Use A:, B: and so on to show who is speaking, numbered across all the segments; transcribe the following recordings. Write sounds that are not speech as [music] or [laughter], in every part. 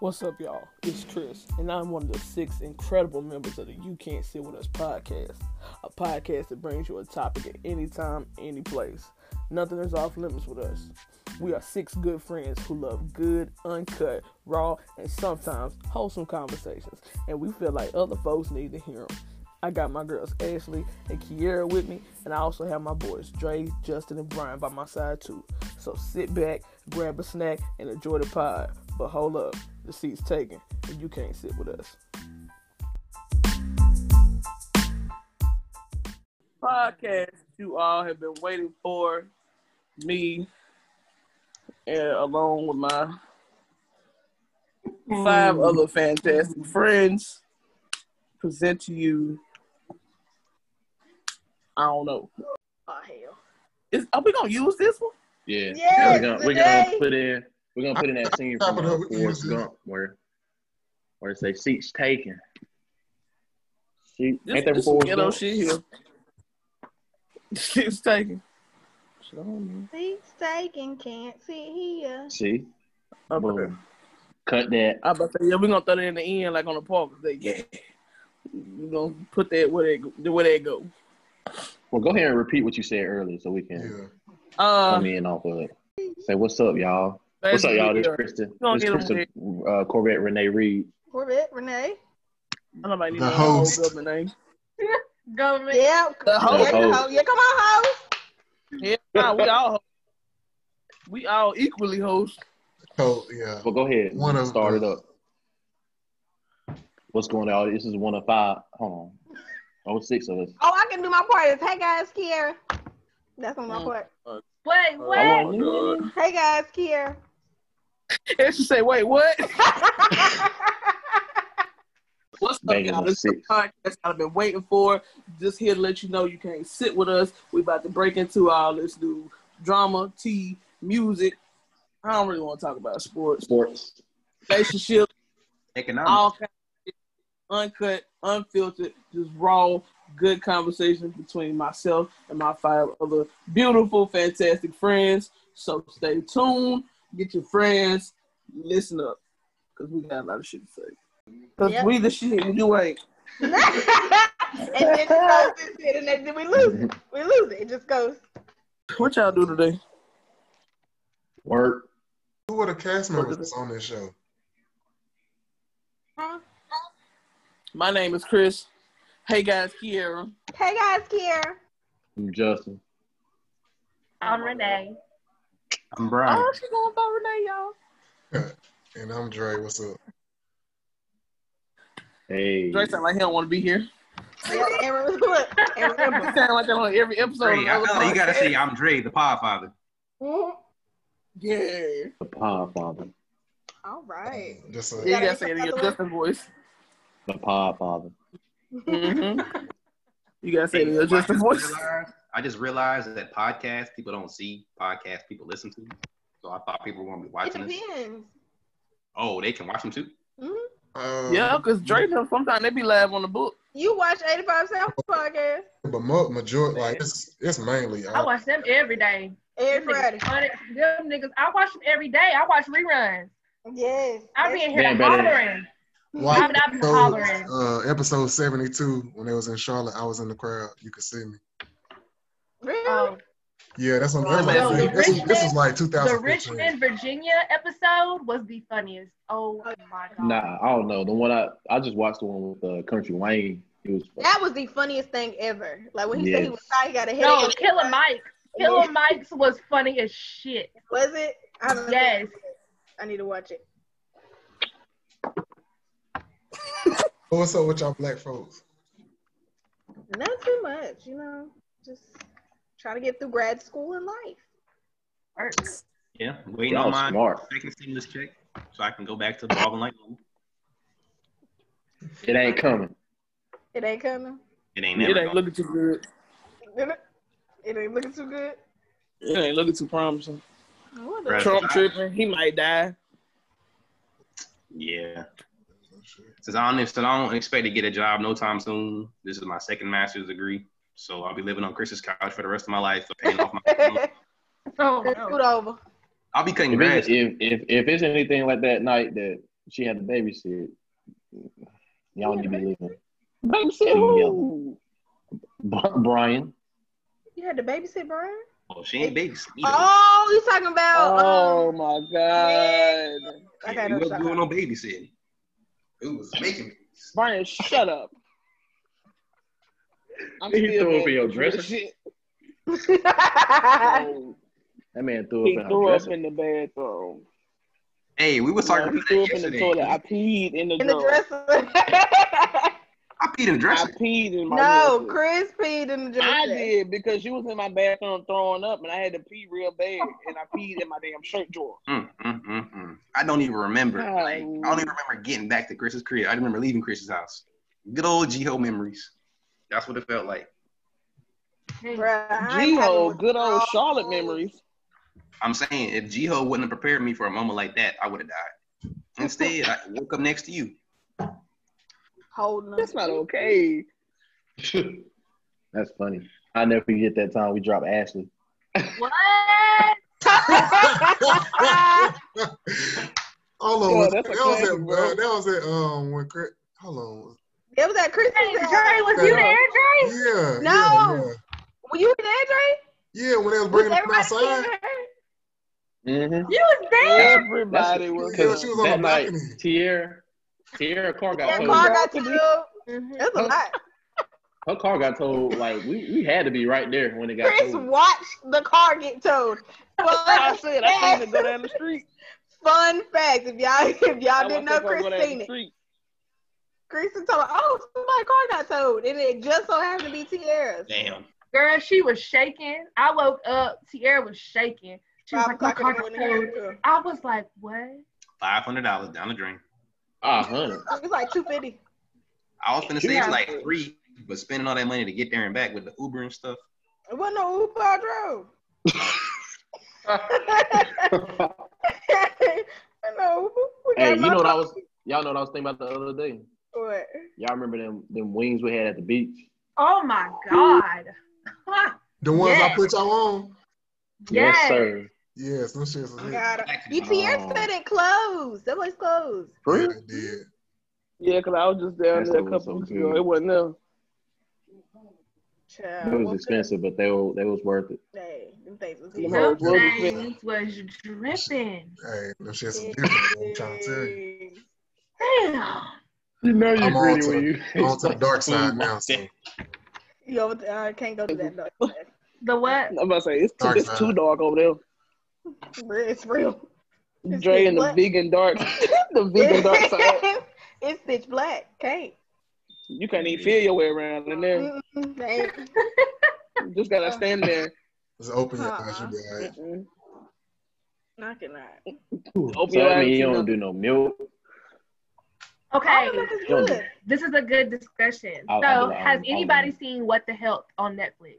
A: What's up, y'all? It's Chris, and I'm one of the six incredible members of the You Can't Sit With Us podcast, a podcast that brings you a topic at any time, any place. Nothing is off limits with us. We are six good friends who love good, uncut, raw, and sometimes wholesome conversations, and we feel like other folks need to hear them. I got my girls Ashley and Kiera with me, and I also have my boys Dre, Justin, and Brian by my side too. So sit back, grab a snack, and enjoy the pod. But hold up, the seat's taken, and you can't sit with us. Podcast you all have been waiting for me, and along with my five other fantastic friends present to you. I don't know.
B: Oh hell.
A: Is, are we gonna use this one?
C: Yeah.
B: Yes,
C: we're gonna, we're
B: today.
C: gonna put in we're gonna put in
A: [laughs]
C: that scene from
D: Stop it
C: uh,
D: over
C: Forrest
D: easy.
C: Gump where where it say seats taken. Seat,
A: This,
C: ain't that
A: this some
C: Forrest
A: ghetto
C: Gump?
A: shit here. [laughs] Shit's taken. Shit, I don't know.
B: Seats taken, can't sit here.
C: See,
A: I'm about to-
C: boom. Cut that.
A: I'm about to say, yeah, we're gonna throw it in the end like on the park. They, yeah. We're gonna put that where they where they go.
C: Well, go ahead and repeat what you said earlier so we can
D: Yeah.
A: Uh,
C: come in off of it. Say what's up, y'all. What's up,
A: basically,
C: y'all? This
A: uh,
C: Kristen.
A: don't
C: This
A: get
C: Kristen uh, Corvette Renee Reed.
B: Corvette, Renee.
A: Nobody
D: The
A: needs to know
D: host.
A: the government name.
E: Government.
B: Yeah. Oh,
A: The
B: Yeah,
A: host.
B: come on, yeah, come on, host.
A: Yeah, nah, we all host. we all equally host.
D: So yeah.
C: Well, go ahead.
D: One of
C: Start it
D: us.
C: up. What's going on? This is one of five. Hold on. Oh, six of us.
B: Oh, I can do my part. It's, hey guys, Kiera. That's on my
A: Mm.
B: part.
E: Wait, what?
C: I
A: Oh, God.
C: want you.
B: Hey guys, [laughs] Kiera.
A: And she said, "Wait, what? What's up,
C: Banging
A: y'all?
C: on
A: This is
C: six.
A: the podcast I've been waiting for. Just here to let you know you can't sit with us. We about to break into all this new drama, tea, music. I don't really want to talk about sports,
C: Sports.
A: relationships,
F: Economic.
A: all kinds of shit. uncut, unfiltered, just raw, good conversations between myself and my five other beautiful, fantastic friends. So stay tuned, get your friends, listen up, because we got a lot of shit to say. Because
B: Yep.
A: we the shit, and you ain't.
B: and then it goes this shit, and then we lose it. We lose it. It just goes.
A: What y'all do today?
C: Work.
D: Who were the cast members that's on this show?
A: My name is Chris. Hey guys, Kiera.
B: Hey guys, Kiera.
C: I'm Justin.
E: I'm Renee.
F: I'm Brian.
A: Oh, she going by Renee, y'all.
D: And I'm Dre. What's up?
C: Hey.
A: Dre sound like he don't want to be here. [laughs]
B: Yep, and re- [laughs] look, and
A: He
B: remember.
A: sound like that on every episode.
F: Dre. I
A: of the
F: know you gotta
A: podcast.
F: say I'm Dre, the Podfather.
C: [laughs]
B: Mhm.
A: [laughs] Yeah.
C: The Pod Father.
B: All right.
D: Um, Just a,
A: You gotta say it in your Justin [laughs] voice.
C: The Pod Father.
A: hmm You gotta say it in your Justin voice.
F: realized- I just realized that podcasts people don't see, podcasts people listen to. So I thought people were gonna be
B: It
F: watching this.
B: depends.
F: Oh, they can watch them too.
D: uh,
A: [laughs] Yeah, because Dre, them, sometimes they be live on the book.
B: You watch 85 South podcast
D: But mo- majority, like it's it's mainly.
E: I
D: Uh,
E: watch them every day.
B: every
E: Them
B: Friday.
E: niggas, funny- them niggas, I watch them every day. I watch reruns.
B: Yes.
E: I've been
C: They
E: here
C: ain't better than-
E: hollering.
D: why-
E: I've been hollering.
D: uh, episode seventy two when they was in Charlotte, I was in the crowd. You could see me.
B: Really?
E: Oh,
D: Yeah, that's what.
A: Oh,
D: That's what I'm
A: the
D: saying. This, was- this
E: Richmond-
D: was like two
E: the
D: thousand fifteen.
E: Richmond, Virginia episode was the funniest. Oh my god.
C: Nah, I don't know. The one I I just watched the one with uh, Country Wayne. It was
B: That was the funniest thing ever. Like when he said he was
C: Yes.
B: high, he got a headache.
E: No, Killer Mike. Killer Mike's was funny as shit.
B: Was it? I don't know.
E: Yes.
B: I need to watch it.
D: What's up with y'all black folks?
B: Not too much, you know. Just trying to get through grad school and life.
E: Work.
F: Yeah, I'm waiting
C: y'all
F: on my
C: smart.
F: second stimulus check so I can go back to the ball and light. bulb.
C: It ain't coming.
B: It ain't coming.
F: It ain't
A: It
F: never
A: ain't
F: gonna-
A: looking too good.
B: It ain't looking too
E: [laughs]
B: good.
A: It ain't looking too promising.
B: What the-
F: Right.
A: Trump tripping. He might die.
F: Yeah. Since I don't, since I don't expect to get a job no time soon, this is my second master's degree. So I'll be living on Chris's couch for the rest of my life, paying
C: [laughs]
F: off my.
E: Oh,
B: Let's
E: no.
B: scoot over.
F: I'll be cutting
C: If
F: grass.
C: it's, if, if if it's anything like that night that She had to babysit. Y'all need to be leaving. [laughs]
A: Babysit who?
C: Bri- Brian.
B: You had to babysit Brian?
F: Oh, she ain't babysit. either.
B: Oh, you talking about?
A: Oh
B: um,
A: my god.
B: I
F: Yeah,
B: got
F: we
B: no
F: wasn't
B: shot.
F: doing no babysitting. It was making me.
A: Brian, shut up. I'm
C: He threw up
A: mad
C: in your
A: at
C: dresser?
A: the
B: [laughs]
A: shit. Oh,
C: That man threw up
A: he
C: in her
A: threw up
C: dresser.
A: in the bathroom.
F: Hey, we was
A: No,
F: talking
A: he
F: about
A: threw
F: that
A: up in the
F: yesterday.
A: toilet. I peed in the,
B: in the
A: drawer.
B: [laughs] dresser.
F: I peed in the
A: I
F: dresser.
A: peed in my
B: no,
A: dresser.
B: Chris peed in the dresser.
A: I did because she was in my bathroom throwing up, and I had to pee real bad, and I peed in my damn shirt drawer.
F: Mm, mm, mm, mm. I don't even remember.
A: Oh.
F: [laughs] Like, I don't even remember getting back to Chris's crib. I remember leaving Chris's house. Good old G-Ho memories. That's what it felt like.
B: Bruh, I ain't having
A: G-Ho,
B: what-
A: good old
B: Oh,
A: Charlotte memories.
F: I'm saying if G-Ho wouldn't have prepared me for a moment like that, I would have died. Instead, I woke up next to you.
B: Holding
A: That's not okay.
C: That's funny. I'll never forget that time we dropped Ashley.
E: What?
B: them.
D: Hold on,
A: Yo,
D: was-
A: that's a
D: that was
A: classic,
D: at
A: bro.
D: uh, that was at um when Chris. Hold on.
B: it was at Chris's
E: Hey, Dre,
B: house.
E: was you there, Dre?
D: Yeah.
B: No.
D: Yeah,
B: Were you there, Dre?
D: yeah. yeah when they was
B: Was
D: bringing them
B: everybody
D: outside.
B: there?
C: Mm-hmm.
E: You was there.
A: Everybody was
D: Yeah, she was on
C: that
D: the
C: night,
D: balcony.
C: Tierra, Tierra car got
B: That
C: towed.
B: car got
A: Balcony.
B: towed. It was a
A: [laughs]
B: lot.
C: her car got towed. Like we, we had to be right there when it got
B: Chris
C: towed.
B: watched the car get towed.
A: [laughs] I
B: Fun
A: said I seen it
B: fact.
A: go down the street.
B: Fun fact. If y'all [laughs] if y'all
A: watched
B: didn't know
A: that girl go down the
B: Chris seen it.
A: street.
B: Chris told her, oh, somebody's car got towed. And it just so happened to be Tierra's.
F: Damn.
E: Girl, she was shaking. I woke up. Tierra was shaking. She was
B: Five
E: like, my
B: o'clock in
E: car
B: the
E: got
B: morning. here,
E: towed.
B: too.
E: I was like, what?
F: Five hundred dollars down the drain.
C: Ah, honey.
B: It was like 250.
F: I was gonna say it's
E: Yeah.
F: like three, but spending all that money to get there and back with the Uber and stuff.
B: It wasn't no Uber I drove. It wasn't no Uber. We got
C: Hey, you
B: my
C: know what I
B: car.
C: was? Y'all know what I was thinking about the other day.
B: What?
C: Y'all remember them them wings we had at the beach?
E: Oh my God. [laughs]
D: The ones I
E: Yeah.
D: put y'all on.
E: yes.
C: sir.
D: Yes, them shits was hit.
B: Got it. You Tierra
C: Oh.
B: said it closed. That place closed.
D: Yeah,
C: Really?
D: they did.
A: Yeah, because I was just down
C: That
A: there a
C: shit was
A: couple
C: so
A: weeks
C: good.
A: ago. It wasn't there.
B: Child,
C: It was
B: what
C: expensive, but they were they was worth it.
B: the- Hey, them things was
A: Them
E: Them
A: hoes was
E: things was dripping.
D: Hey, them shits was
B: hit.
D: different. I'm trying to tell you.
E: Damn.
C: You know
D: I'm on
C: [laughs]
D: to-
C: you.
D: I'm on
A: [laughs]
D: to the dark side now. So
B: You over there, I can't go to that
C: [laughs]
B: dark side.
E: The what?
A: I'm about to say it's too,
D: Dark
A: it's
D: side.
A: too dark over there.
B: It's real. It's
A: Dre
B: getting
A: and the
B: [laughs] black.
A: vegan dark, [laughs] the vegan
B: [laughs]
A: dark side.
B: it's pitch black. Can't.
A: You can't even feel your way around in there.
B: Mm-mm, ain't.
A: You just gotta stand there.
D: just open your
B: Uh-uh.
D: eyes, you'll be all right.
A: Mm-mm.
B: I cannot.
A: Open
C: So
A: your
C: I mean,
A: eyes,
C: you
A: you know.
C: don't do no milk.
E: Okay,
B: All of it is
C: Yo.
B: good.
E: this is a good discussion.
C: I'll-
E: so,
C: I'll do it.
E: has
C: I'll- I'll
E: anybody
C: do
E: seen What the Health on Netflix?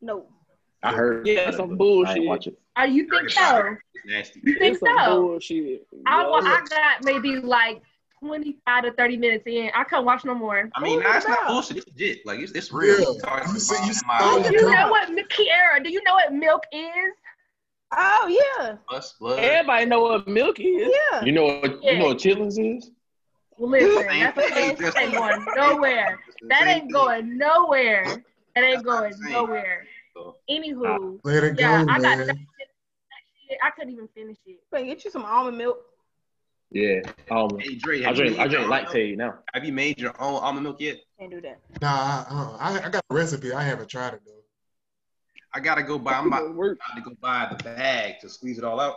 B: No.
C: I heard.
A: Yeah,
C: about
A: that's
C: it,
A: some
C: but I
A: bullshit.
C: ain't watch it.
E: Are Oh, you think so?
F: It's nasty.
E: You think
A: It's some
E: so?
A: bullshit.
E: I, wa-
A: Yeah.
E: I got maybe like 25 to 30 minutes in. I couldn't watch no more.
F: I mean,
B: Ooh,
F: nah, it's
B: yeah.
F: not bullshit. It's legit. Like it's, it's real.
D: Yeah.
F: It's all-
D: You see- you see-
F: my-
D: Oh,
E: Do you
D: yeah.
E: know what, mi- Kiara, do you know what milk is?
B: Oh yeah.
F: Us, blood.
A: Everybody know what milk is.
B: Yeah.
C: You know what? You know what chitlins is?
E: Listen,
F: Same
E: that's a
F: thing,
E: thing.
F: just-
E: That ain't going nowhere. That
F: Same
E: ain't
F: thing.
E: going nowhere. That ain't
F: That's what I'm
E: going
F: saying.
E: nowhere.
F: So,
E: Anywho,
D: Let it
E: yeah,
D: go,
E: I got that
D: man.
E: shit. I couldn't even finish it.
B: Man, get you some almond milk.
C: Yeah. Um,
F: Hey, Dre,
C: I
F: have you
C: drink I
F: made your
C: drink
F: own milk?
C: lactate [laughs] now.
F: Have you made your own almond milk yet?
B: Can't do that.
D: Nah, I, uh, I, I got a recipe. I haven't tried it though.
F: I gotta go buy. I'm
A: I'm
F: about
A: at work.
F: about to go buy the bag to squeeze it all out.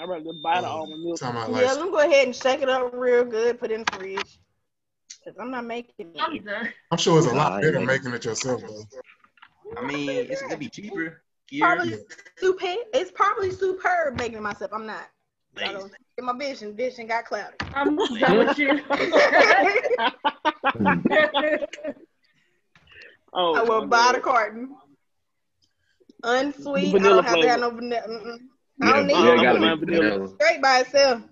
A: I'd rather buy the
D: Oh,
A: almond milk.
D: Talking about
B: yeah,
D: like
B: let me go ahead and shake it up real good. Put it in the fridge. Cause I'm not making
E: I'm
B: it.
E: done.
D: I'm sure it's a
C: Nah, I
D: lot
C: ain't
D: better
C: making-
D: making it yourself though.
F: I mean, it's gonna be cheaper. Here,
B: Probably super. It's probably superb making it myself. I'm not. I don't get my vision. Vision got [laughs] clouded.
C: [laughs]
E: I'm done with you.
A: Oh,
B: I will
A: my
B: buy
A: God.
B: the carton. Unsweet. I
A: Vanilla
B: don't have to have no vanilla. mm-mm. I don't
C: yeah,
B: need
C: yeah,
B: it.
C: gotta
A: vanilla.
C: be vanilla.
B: Straight by itself.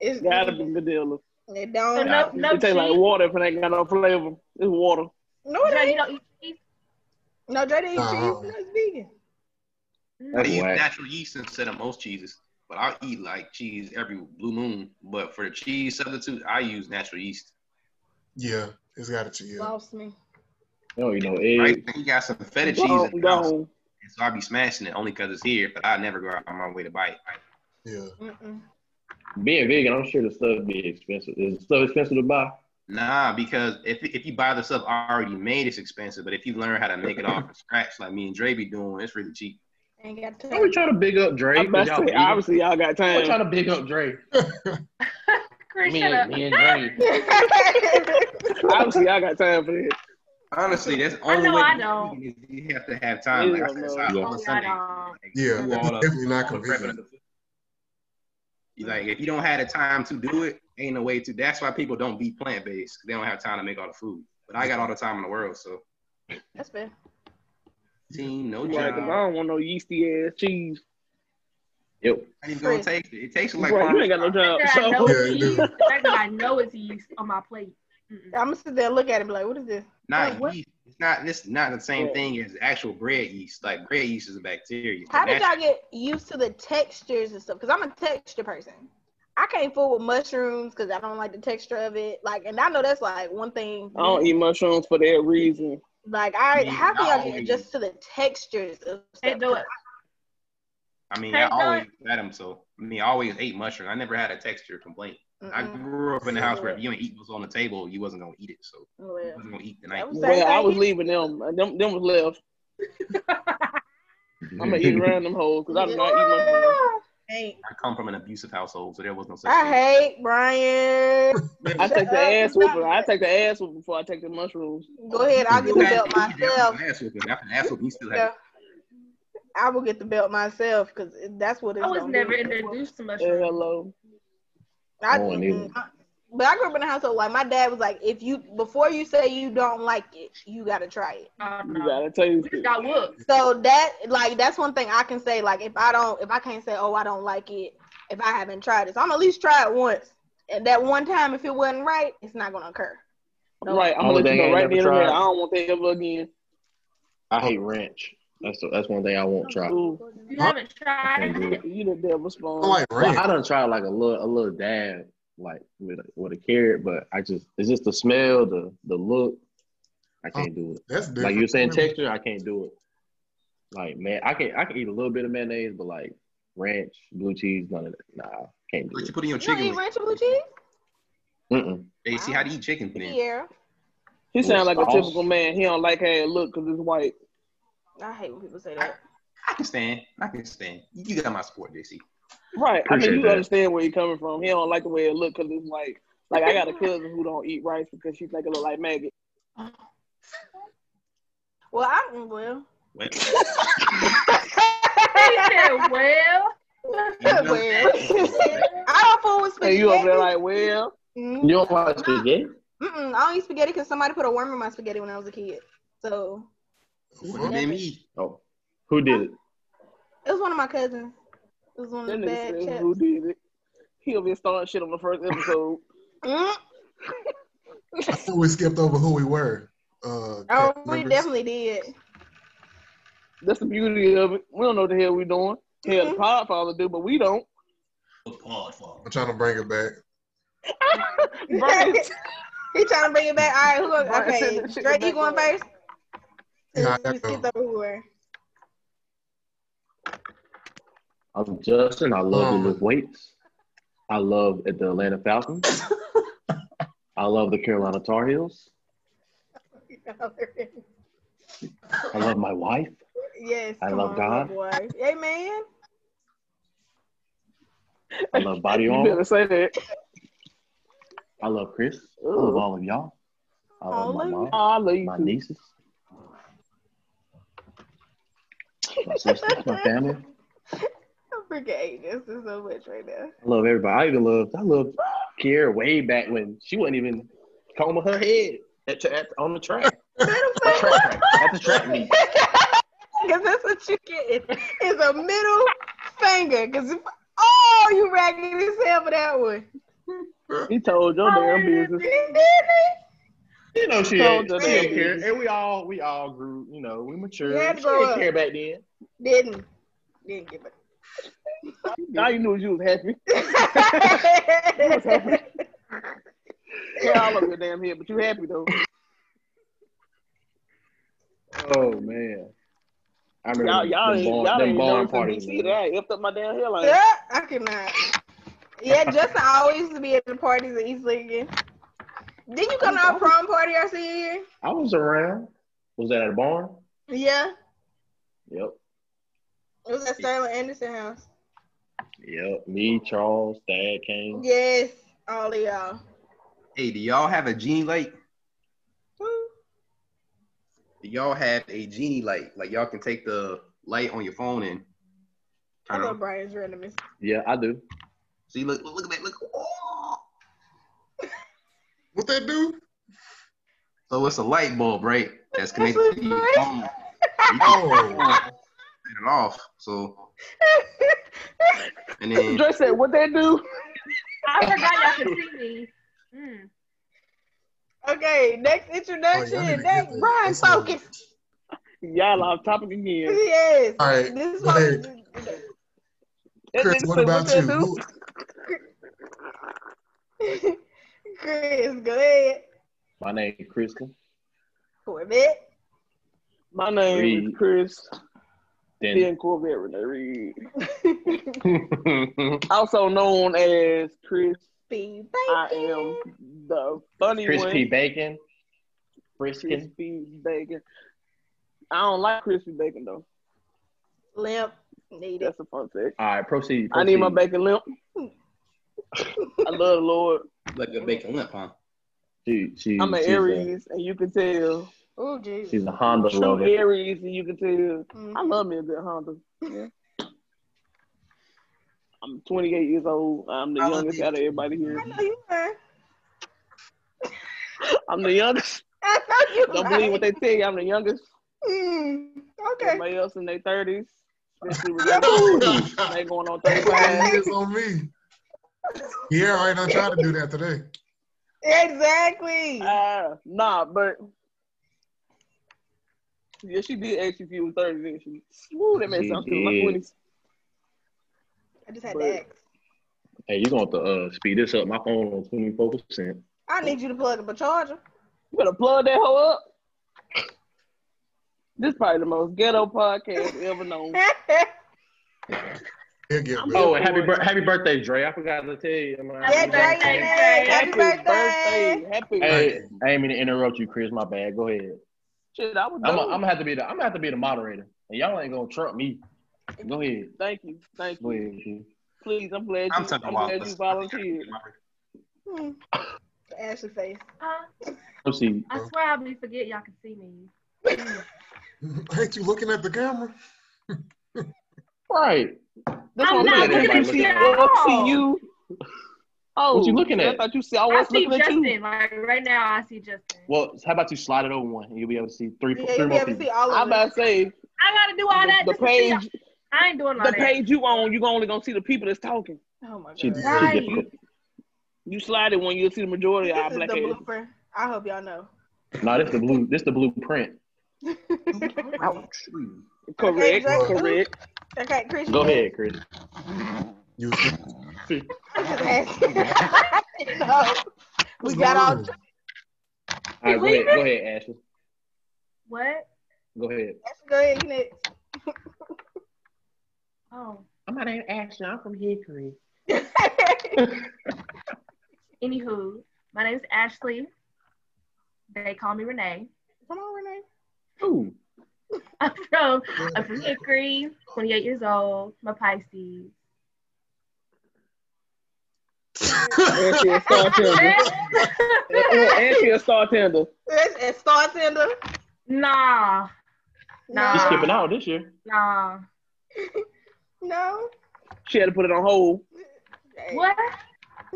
B: It's,
A: Gotta be vanilla.
B: It
E: [laughs] So
B: don't.
E: no, no
A: it tastes like
E: cheese.
A: water if it ain't got no flavor. It's water.
B: No, it
E: Dre, you
B: ain't.
E: don't eat cheese?
B: No, Dre didn't eat cheese.
D: Uh-huh.
B: No, it's vegan.
F: I
C: That's
F: use
C: whack.
F: natural yeast instead of most cheeses. but I eat like cheese every blue moon. But for the cheese substitute, I use natural yeast.
D: Yeah, it's got it to you.
B: Lost me.
C: No, you know,
F: Right?
C: egg.
F: You got some feta cheese
A: Gone,
F: in the house,
A: gone.
F: and so I be smashing it only because it's here. But I never go out of my way to buy it.
D: Yeah.
B: Mm-mm.
C: Being vegan, I'm sure the stuff be expensive. Is the stuff expensive to buy?
F: Nah, because if if you buy the stuff already made, it's expensive. But if you learn how to make it all from scratch, like me and Dre be doing, it's really cheap.
B: Ain't got
C: Why we
B: time.
C: trying to big up Dre?
A: I'm about
C: 'Cause
A: to
C: y'all
A: say,
C: vegan?
A: obviously y'all got
C: We're
A: time.
C: trying to big up Dre.
E: Chris,
C: Me
E: shut up.
C: and, me and Dre.
A: obviously y'all got time for this.
F: Honestly, that's the
E: I
F: only
E: know
F: way
E: I
F: to be
E: don't.
F: vegan is You have to have time. Like I said, it's
A: Yeah,
F: out
E: no.
F: on Sunday.
E: Yeah,
F: Like,
D: Yeah,
F: do all the-
D: definitely not
F: all the
D: convenient.
F: prepping of the food. You Like if you don't have the time to do it, ain't no way to. That's why people don't be plant based. They don't have time to make all the food. But I got all the time in the world, so
B: [laughs] That's fair.
F: team, no
A: Right, 'cause I
F: job.
A: don't want no yeasty ass cheese.
C: Yep.
F: How you gonna taste it? It tastes like
A: Right, you ain't got no
E: The
A: job.
C: Oh.
E: fact that I know
A: So,
B: [laughs]
D: Yeah,
E: it's
D: you
E: yeast,
D: do.
E: the fact that I know it's yeast on my plate. Mm-mm.
B: I'm gonna sit there and look at it and be like, what is this?
F: not
B: Wait, what?
F: yeast. It's not. It's not the same
A: Yeah.
F: thing as actual bread yeast. Like bread yeast is a bacteria.
B: How did
F: That's-
B: y'all get used to the textures and stuff? Because I'm a texture person. I can't fool with mushrooms because I don't like the texture of it. Like, and I know that's like one thing.
A: I don't eat mushrooms for that reason.
B: Like, I
F: Me,
B: how can
F: I
B: y'all
F: don't
B: get
F: eat.
B: adjust to the textures of stuff?
E: Can't do it.
F: I mean, I
E: Hey,
F: always had them. So I mean, I always ate mushroom. I never had a texture complaint. I
B: Mm-mm.
F: grew up in the house where if you didn't eat what's on the table, you wasn't gonna eat it. So you
B: Oh, Well,
F: wasn't gonna eat the
B: That
F: night.
B: was
F: before.
B: Same
A: Well, I
B: thing
A: was
B: here.
A: leaving them. Them, them was left. I'm
C: [laughs]
A: gonna eat around them hoes because I'm not eating mushrooms.
B: ain't.
F: I come from an abusive household, so there was no such
B: I
F: thing.
B: hate
A: I
B: Brian. Shut
A: take the
B: up,
A: ass
B: you got
A: whooping.
B: me.
A: I take the ass whooping before I take the mushrooms.
B: Go ahead, I'll get the
F: Okay.
B: belt myself.
F: After the ass whooping, after the ass whooping, you still have
B: Yeah. I will get the belt myself because that's what it's
E: I was
B: gonna
E: never
B: be.
E: introduced to
A: Yeah,
E: mushrooms.
A: hello.
B: I,
C: No one even.
B: I- but I grew up in a household like my dad was like, if you before you say you don't like it, you gotta try it.
E: Oh,
A: You
E: no.
A: gotta taste
E: We just
A: it.
E: got whooped.
B: So that like that's one thing I can say. Like if I don't, if I can't say, oh, I don't like it, if I haven't tried it, so I'm at least try it once. And that one time, if it wasn't right, it's not gonna occur. No.
A: Right, I'm gonna
C: Only
A: let you
C: thing
A: know
C: I
A: right
C: ain't
A: there and
C: never
A: there.
C: tried.
A: I don't want that ever again.
C: I hate ranch. That's the, that's one thing I won't try.
A: Ooh,
E: You haven't tried it?
A: you the devil spawn.
D: I like
C: Well, I
D: ranch.
C: done tried like a little a little dab, like with a, with a carrot, but I just it's just the smell, the the look. I can't do it.
D: That's different.
C: Like you were saying texture, I can't do it. Like man, I can I can eat a little bit of mayonnaise, but like ranch, blue cheese, none of that. Nah, can't do
F: What you
C: it.
F: put in your
B: You don't eat
F: chicken?
B: ranch and blue cheese?
C: Mm-mm.
F: They see how to eat chicken then.
B: Yeah,
A: He sound like a
C: Sauce.
A: typical man. He don't like how it look because it's white.
B: I hate when people say that.
F: I can stand. I can stand. You got my support, JC.
A: Right. I mean,
C: Appreciate
A: you
C: that.
A: understand where he coming from. He don't like the way it look because it's like, like I got a cousin who don't eat rice because she think it look like maggot.
B: Well, I well.
F: Well,
E: [laughs]
B: [laughs]
E: He said, well,
F: know
B: [laughs] well. I don't fool with spaghetti.
A: And you over there like, well,
B: Mm,
C: You don't like spaghetti?
B: mm-mm, I don't eat spaghetti because somebody put a worm in my spaghetti when I was a kid. So
F: what did me?
C: Oh, who did it?
B: it was one of my cousins. It was one
A: that
B: of the bad
A: nigga said, who
B: chaps.
A: did it? He over there starting shit on the first episode.
B: Mm,
D: I think we skipped over who we were. Uh,
B: oh,
D: cast
B: we
D: members.
B: definitely did.
A: [laughs] That's the beauty of it. We don't know what the hell we doing. Hell, the
B: Mhm.
A: podfather do, but we don't.
D: I'm trying to bring it back.
A: Brian,
B: [laughs] he trying to bring it back. All right, who
A: Brian
B: going?
A: said [laughs]
B: Okay,
A: that shit
B: Drake,
A: back
B: you going
A: away.
B: first?
D: Yeah, I
B: we
D: got
B: skipped over who we were. [laughs]
C: I'm Justin. I love
D: Um.
A: Oh.
C: to lift weights. I love at the Atlanta Falcons. I love the Carolina Tar Heels. I love my wife.
B: yes.
C: I
B: come
C: love
B: on,
C: God.
B: Boy. Hey, man.
C: I
A: [laughs]
C: love body
A: you
C: armor.
A: better say that.
C: I love Chris. I love all of y'all. I love my
B: All
C: mom,
A: Oh, I love you.
C: my
A: too.
C: nieces, my sisters, my family.
B: I'm forgetting this is so much right
A: [laughs]
B: now.
C: I love everybody. I even love. I love Kiera way back when she wasn't even combing her head at, tra- at- on
A: [laughs]
C: the track. At track, at the track meet.
B: Because that's what you get is a middle finger. Because if oh, you ragged as hell for that one.
A: He told your damn business.
C: You know she,
A: Told
C: ain't-
A: the
C: she didn't
A: ladies.
C: care. And we all we all grew. You know we
B: You had
C: matured.
B: to
C: She
B: grow
C: didn't
B: up.
C: care back then.
B: Didn't didn't give it.
C: Now you knew you was happy.
D: [laughs]
C: Hair all over your damn head, but you happy though. Oh man. I
A: Y'all,
C: remember
A: y'all,
C: them
A: ain't-
C: barn,
A: y'all
C: them
A: ain't
C: barn
A: know
C: parties.
A: parties, DC.
C: man.
A: That effed up my damn hairline.
B: yeah, [laughs] I cannot. Yeah, Justin always used to be at the parties in East Lincoln. Did you come to our prom party our senior year?
C: I was around. Was that at a barn?
B: Yeah,
C: Yep.
B: it was at Sterling Anderson house.
C: Yep. Me, Charles, Dad came.
B: Yes, all of y'all.
F: Hey, do y'all have a genie light? Do y'all have a genie light? Like y'all can take the light on your phone and
B: I
F: turn it
B: love
F: on.
B: Brian's randomness.
C: Yeah, I do.
F: See, look, look, look at that. Look. Oh.
D: What that do?
F: So it's a light bulb, right? That's
B: That's
F: connected to
B: what
F: your
B: it is.
F: phone. You can
D: Oh,
F: turn it off. So and then
C: Dre said, what that do?
E: I forgot
A: [laughs]
E: y'all could see me. Mm.
B: [laughs] okay, next introduction.
D: Oh, y'all need to
B: Next,
D: get
B: Brian,
D: this- this one.
B: focus.
C: Y'all off topic again.
B: Yes.
D: All right,
B: This is
D: go
B: what we
D: ahead. Chris,
C: That nigga
D: what
C: said,
D: about
C: that
D: you?
C: do?
D: Who- [laughs]
B: [laughs] Chris, go ahead.
C: My name is Kristen.
B: Corvette.
A: My name is
C: Reed.
A: Chris
C: Then
A: Ben Corvette Renee Reed,
C: [laughs] Chris
A: also known as Chris.
B: Be
A: I
B: bacon.
A: am the funny one.
C: P. Bacon. Friskin.
A: Crispy bacon. I don't like crispy bacon though.
B: Limp. Need it.
A: That's a fun fact.
C: All right, proceed.
A: I need my
C: proceed.
A: bacon limp. I love the Lord.
F: like a bacon limp, huh?
C: She, she,
A: I'm an
C: she's A,
A: Aries, and you can tell.
B: Oh, Jesus.
C: she's a Honda
A: True
C: lover.
A: Aries, and you can tell.
B: Mhm.
A: I love me a good Honda. Yeah. I'm 28 years old. I'm the
D: I love
A: youngest
D: you.
A: out of everybody here.
B: I know you are.
A: I'm the youngest.
B: [laughs] I know you
A: Don't
B: are.
A: believe what they tell you. I'm the youngest.
B: Mm, okay.
A: Everybody else in their 30s. especially with
D: Ooh.
A: they going on
D: Put
A: 35.
D: years on me. Yeah, I ain't done trying to do that today.
B: Exactly.
A: Uh, nah, but yeah, she did ask you if you was thirty. Didn't she? Woo, that made
C: She
A: sound in my
C: did.
A: twenties.
B: I just had
A: but-
B: to ask.
C: Hey, you're going to have to uh, speed this up. My phone on 24%.
B: I need you to plug up a charger. [laughs]
A: You better plug that hoe up. This is probably the most ghetto podcast ever known.
D: He'll get better.
C: Oh, and happy, bir- happy birthday, Dre. I forgot to tell you. I'm like,
B: yeah,
E: Happy
B: Dre,
E: birthday,
B: yeah,
E: Dre.
B: Happy birthday.
A: birthday. Happy
C: Hey, I ain't mean to interrupt you, Chris. My bad. Go ahead.
A: shit. I was
C: I'm
A: done.
C: gonna have to be the I'm gonna have to be the moderator, and y'all ain't gonna trump me. Go ahead.
A: thank you, thank
C: Go
A: you.
C: ahead. Keith.
A: Please, I'm glad you.
F: I'm talking
A: I'm
F: about
A: glad
F: this.
A: you volunteered.
B: Hmm. Ashley face.
E: Huh?
C: Proceed.
E: I swear I be forget y'all can see me.
D: [laughs] Ain't you looking at the camera?
C: Right.
A: That's
E: I'm
A: what
C: not
A: saying.
C: looking at
A: See,
C: you at
A: I
E: all.
A: see you. Oh,
C: What you looking
A: I
C: at?
A: thought you see. I
E: I
A: was
E: see
A: Oh, looking at
E: Justin.
A: you.
E: Like right now, I see Justin.
C: Well, how about you slide it over one, and you'll be able to see three,
B: Yeah,
C: three
B: you'll be
C: more
B: able to
C: people.
B: see all
A: I'm
B: of
A: about
B: us.
A: to say
E: I gotta do all
A: the,
E: that
A: the
E: just to see y'all.
A: page,
E: I ain't doing all
A: the
E: that.
A: page you on, you only gonna see the people that's talking.
B: Oh my
C: She,
B: god.
C: she
E: Right.
C: difficult.
A: You slide it when you'll see the majority of our
B: This is
A: black
B: the
A: ass.
B: blooper. I hope
A: [laughs]
B: y'all know.
C: No, this the blue. This the blueprint.
A: Correct,
D: Okay, Drake.
A: correct.
B: okay, Chris.
C: Go
B: you- [laughs]
C: ahead, Chris.
D: You
B: I'm just
C: [laughs]
B: [laughs] asking. no. We
D: what's
B: got
D: going
B: all
D: on?
C: All right, go ahead. Go ahead, Ashley.
E: What?
C: Go ahead.
B: Ashley, go ahead, you next.
E: Oh,
C: I'm not an Ashley. I'm from Hickory.
E: anywho, my name is Ashley. They call me Renee.
B: [laughs]
E: [laughs]
B: Come on, Renee.
C: Ooh.
E: I'm from I'm from Hickory. 28 years old. My Pisces.
D: [laughs]
A: And she a star
E: [laughs]
A: tender. And she a star tender.
B: That's at Star Tender.
E: nah,
B: No.
E: Nah.
C: You skipping out this year.
E: nah.
B: No.
A: She had to put it on hold.
B: Hey.
E: What?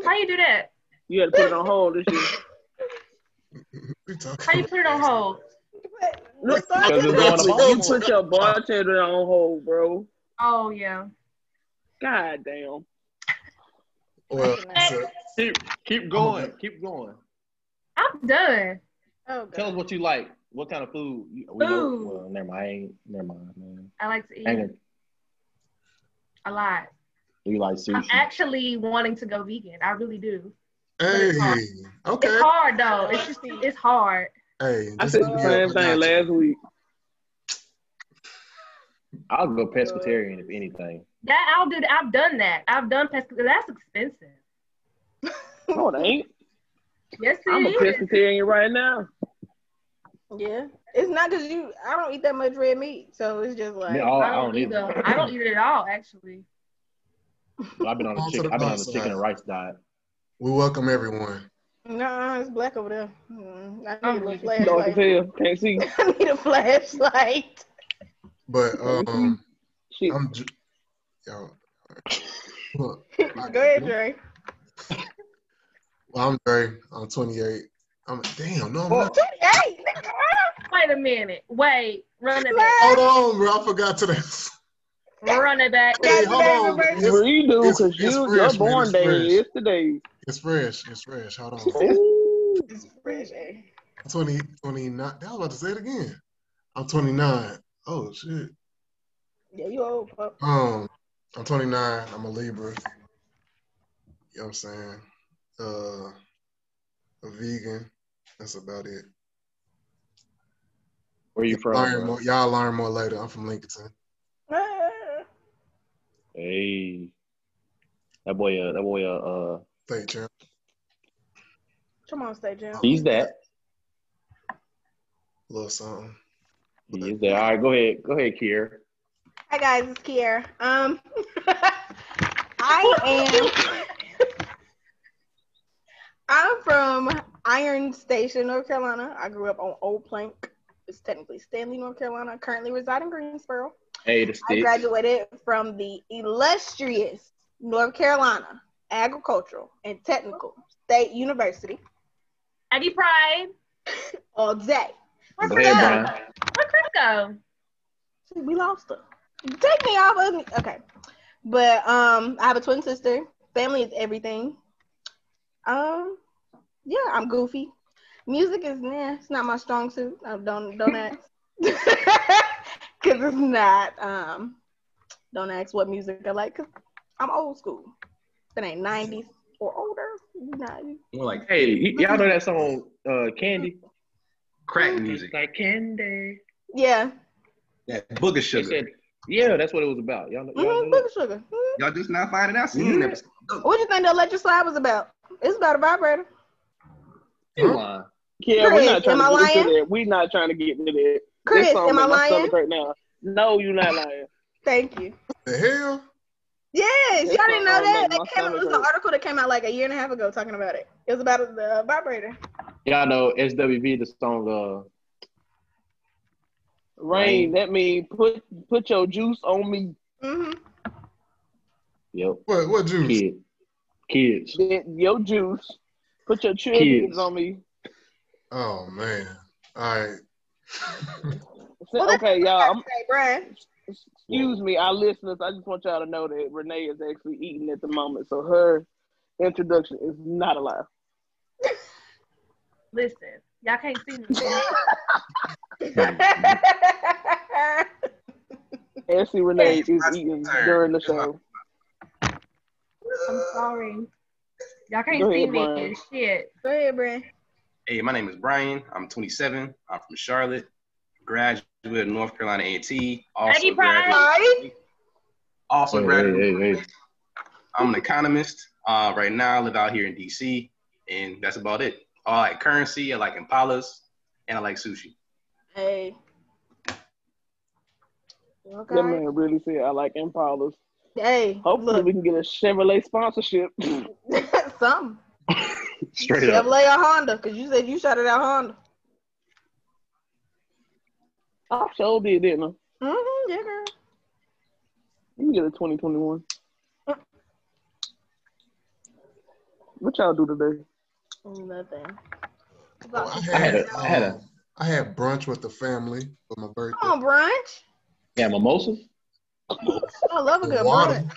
E: How you do that?
A: You had to put it on hold this year.
D: You talking
E: How you put it on hold?
A: Look,
B: Star
C: Because
B: Tender.
C: it's going to
D: Oh,
A: You
C: Baltimore.
A: put your bartender on hold, bro.
E: Oh yeah.
A: God damn.
D: Well, so,
C: Keep, keep going. Keep going.
E: I'm done.
B: Oh,
C: Tell us
B: God.
C: what you like. What kind of food? You, we
E: Food.
C: Well, never mind. I ain't, never mind, man.
E: I like to
C: I ain't
E: eat
C: gonna-
E: a lot.
C: Do you like sushi?
E: I'm actually wanting to go vegan. I really do.
D: Hey,
E: It's
D: okay.
E: hard though. It's just it's hard.
D: Hey,
G: I
D: this
G: said
D: is-
G: the same thing last week.
C: I'll go pescatarian if anything.
E: That I'll do. I've done that. I've done pesca. That's expensive.
G: No, it ain't.
E: Yes, it
G: I'm a
E: is.
G: pescatarian right now.
B: Yeah, it's not because you. I don't eat that much red meat, so it's just like.
C: Man, all-
E: I don't eat
C: either.
E: them. I don't eat it at all, actually.
C: I've been on a
D: Onto
C: chicken.
D: the
C: I've been on a
D: plus
C: chicken
D: side.
C: and rice diet.
D: We welcome everyone.
B: Nah, it's black over there. Mm, I
E: I'm
B: need a little
E: weak.
F: Dark as
B: flashlight.
F: hell. Can't see.
B: [laughs] I need a flashlight. [laughs]
D: But um,
F: Shit.
D: I'm j- yo. Look,
B: Go ahead, [laughs] Dre.
D: well, I'm Dre. I'm 28. I'm damn. No, I'm
C: Oh.
D: not.
B: Hey,
E: Wait a minute. Wait. Run it back.
B: nigga,
D: Hold on, bro. I forgot to that.
E: Run it back.
D: [laughs] Hey, hold on.
B: Goddamn,
D: It's,
F: Redo,
D: it's-
F: because
D: it's
F: you,
D: fresh,
F: your
D: man,
F: born
D: it's
F: day
D: fresh.
F: is today.
D: it's fresh. It's fresh. Hold on.
F: Ooh.
B: it's fresh. eh?
D: 20, 29. I was about to say it again. I'm 29. Oh shit.
B: Yeah, you old pup.
D: Um, I'm 29. I'm a Libra. You know what I'm saying? Uh, a vegan. That's about it.
C: Where you from?
D: Learn
C: bro?
D: more, y'all learn more later. I'm from Lincolnton.
B: Ah.
C: Hey, that boy. Uh, that boy. Uh, uh,
D: State champ.
B: Come on, stay Jim.
C: he's that.
D: little something.
C: He is that. All right, go ahead. Go ahead, Kier.
B: Hi guys, it's Kiera. Um, [laughs] I am. I'm from Iron Station, North Carolina. I grew up on Old Plank. It's technically Stanley, North Carolina. I Currently reside in Greensboro.
C: Hey, the
B: I
C: stick.
B: graduated from the illustrious North Carolina Agricultural and Technical State University E
E: Aggie Pride.
B: all day.
E: Where
C: Go
E: Chris
C: ahead,
E: go?
C: Brian.
E: Where Chris go?
B: See, we lost her. Take me off of me. Okay. But um I have a twin sister. Family is everything. Um yeah, I'm goofy. Music is nah, it's not my strong suit. I don't don't ask. [laughs] Cause it's not. Um don't ask what music I like, cause I'm old school. If it ain't nineties or older, not
F: More like
C: Hey, y- y'all know that song uh, Candy?
F: crack music.
C: like Candy.
B: yeah.
F: That booger
C: They
F: sugar.
C: said, yeah, that's what it was about. Y'all know, y'all
B: Mm-hmm,
C: know that?
B: sugar. sugar. Mhm.
F: Y'all just not finding out. Seeing that.
B: What do you think the electric slide was about? It's about a vibrator.
C: You lying.
F: Yeah, we're
B: Chris,
F: not
B: am
F: trying to
B: I
F: get into
B: lying?
F: that. We're not trying to get into that.
B: Chris,
F: This song
B: am I
F: in my
B: lying?
F: stomach Right now. No, you're not lying.
B: Thank you.
D: The hell?
B: Yes,
F: It's
B: y'all didn't know
F: not-
B: that.
F: my
B: It, came, it
F: stomach
B: was an
F: hurts.
B: article that came out like a year and a half ago talking about it. It was about the uh, vibrator.
C: Y'all know SWV, the song, uh,
F: Rain, that mean put put your juice on me.
B: hmm
C: yep,
D: What? What juice?
C: kid. Kids.
F: That- Your juice. Put your children's
C: Kids.
F: on me.
D: Oh man. All right.
F: Say-
B: Well, that's
F: okay, y'all. I'm,
B: Hey, Brian.
F: excuse me, our listeners. I just want y'all to know that Renee is actually eating at the moment, so her introduction is not a lie.
E: Listen, y'all can't see me.
F: Actually, Renee
B: Yes,
F: is
G: my
F: eating
G: turn.
F: during the show.
E: I'm sorry. Y'all can't
F: Go
E: see
F: ahead,
E: me.
F: Brian.
E: Shit.
B: [laughs] Go ahead, Brian.
F: Hey, my name is Brian. I'm 27. I'm from Charlotte. Graduate of North Carolina A&T.
E: Aggie
F: Also
E: pride.
F: graduate.
B: Sorry.
F: Also
C: Hey,
F: graduate.
C: hey, hey, hey.
F: I'm an economist. Uh, right now, I live out here in D.C. And that's about it. Uh, I like currency. I like impalas, and I like sushi.
B: Hey. Okay.
A: That man really said I like Impalas.
B: Hey.
A: Hopefully we can get a Chevrolet sponsorship. [laughs]
B: Look, [laughs] something.
C: Straight up.
B: Chevrolet or Honda, because you said you shot it out Honda.
A: I sure did, didn't I?
B: Mm-hmm, yeah, girl.
A: You can get a 2021. What y'all do today?
B: Nothing.
D: Oh,
C: I
D: I had,
C: had a- I had a-
D: um, I had brunch with the family for my birthday.
B: Come on, brunch.
C: Yeah, mimosas?
B: I love a
D: The
B: good
D: water.
B: brunch.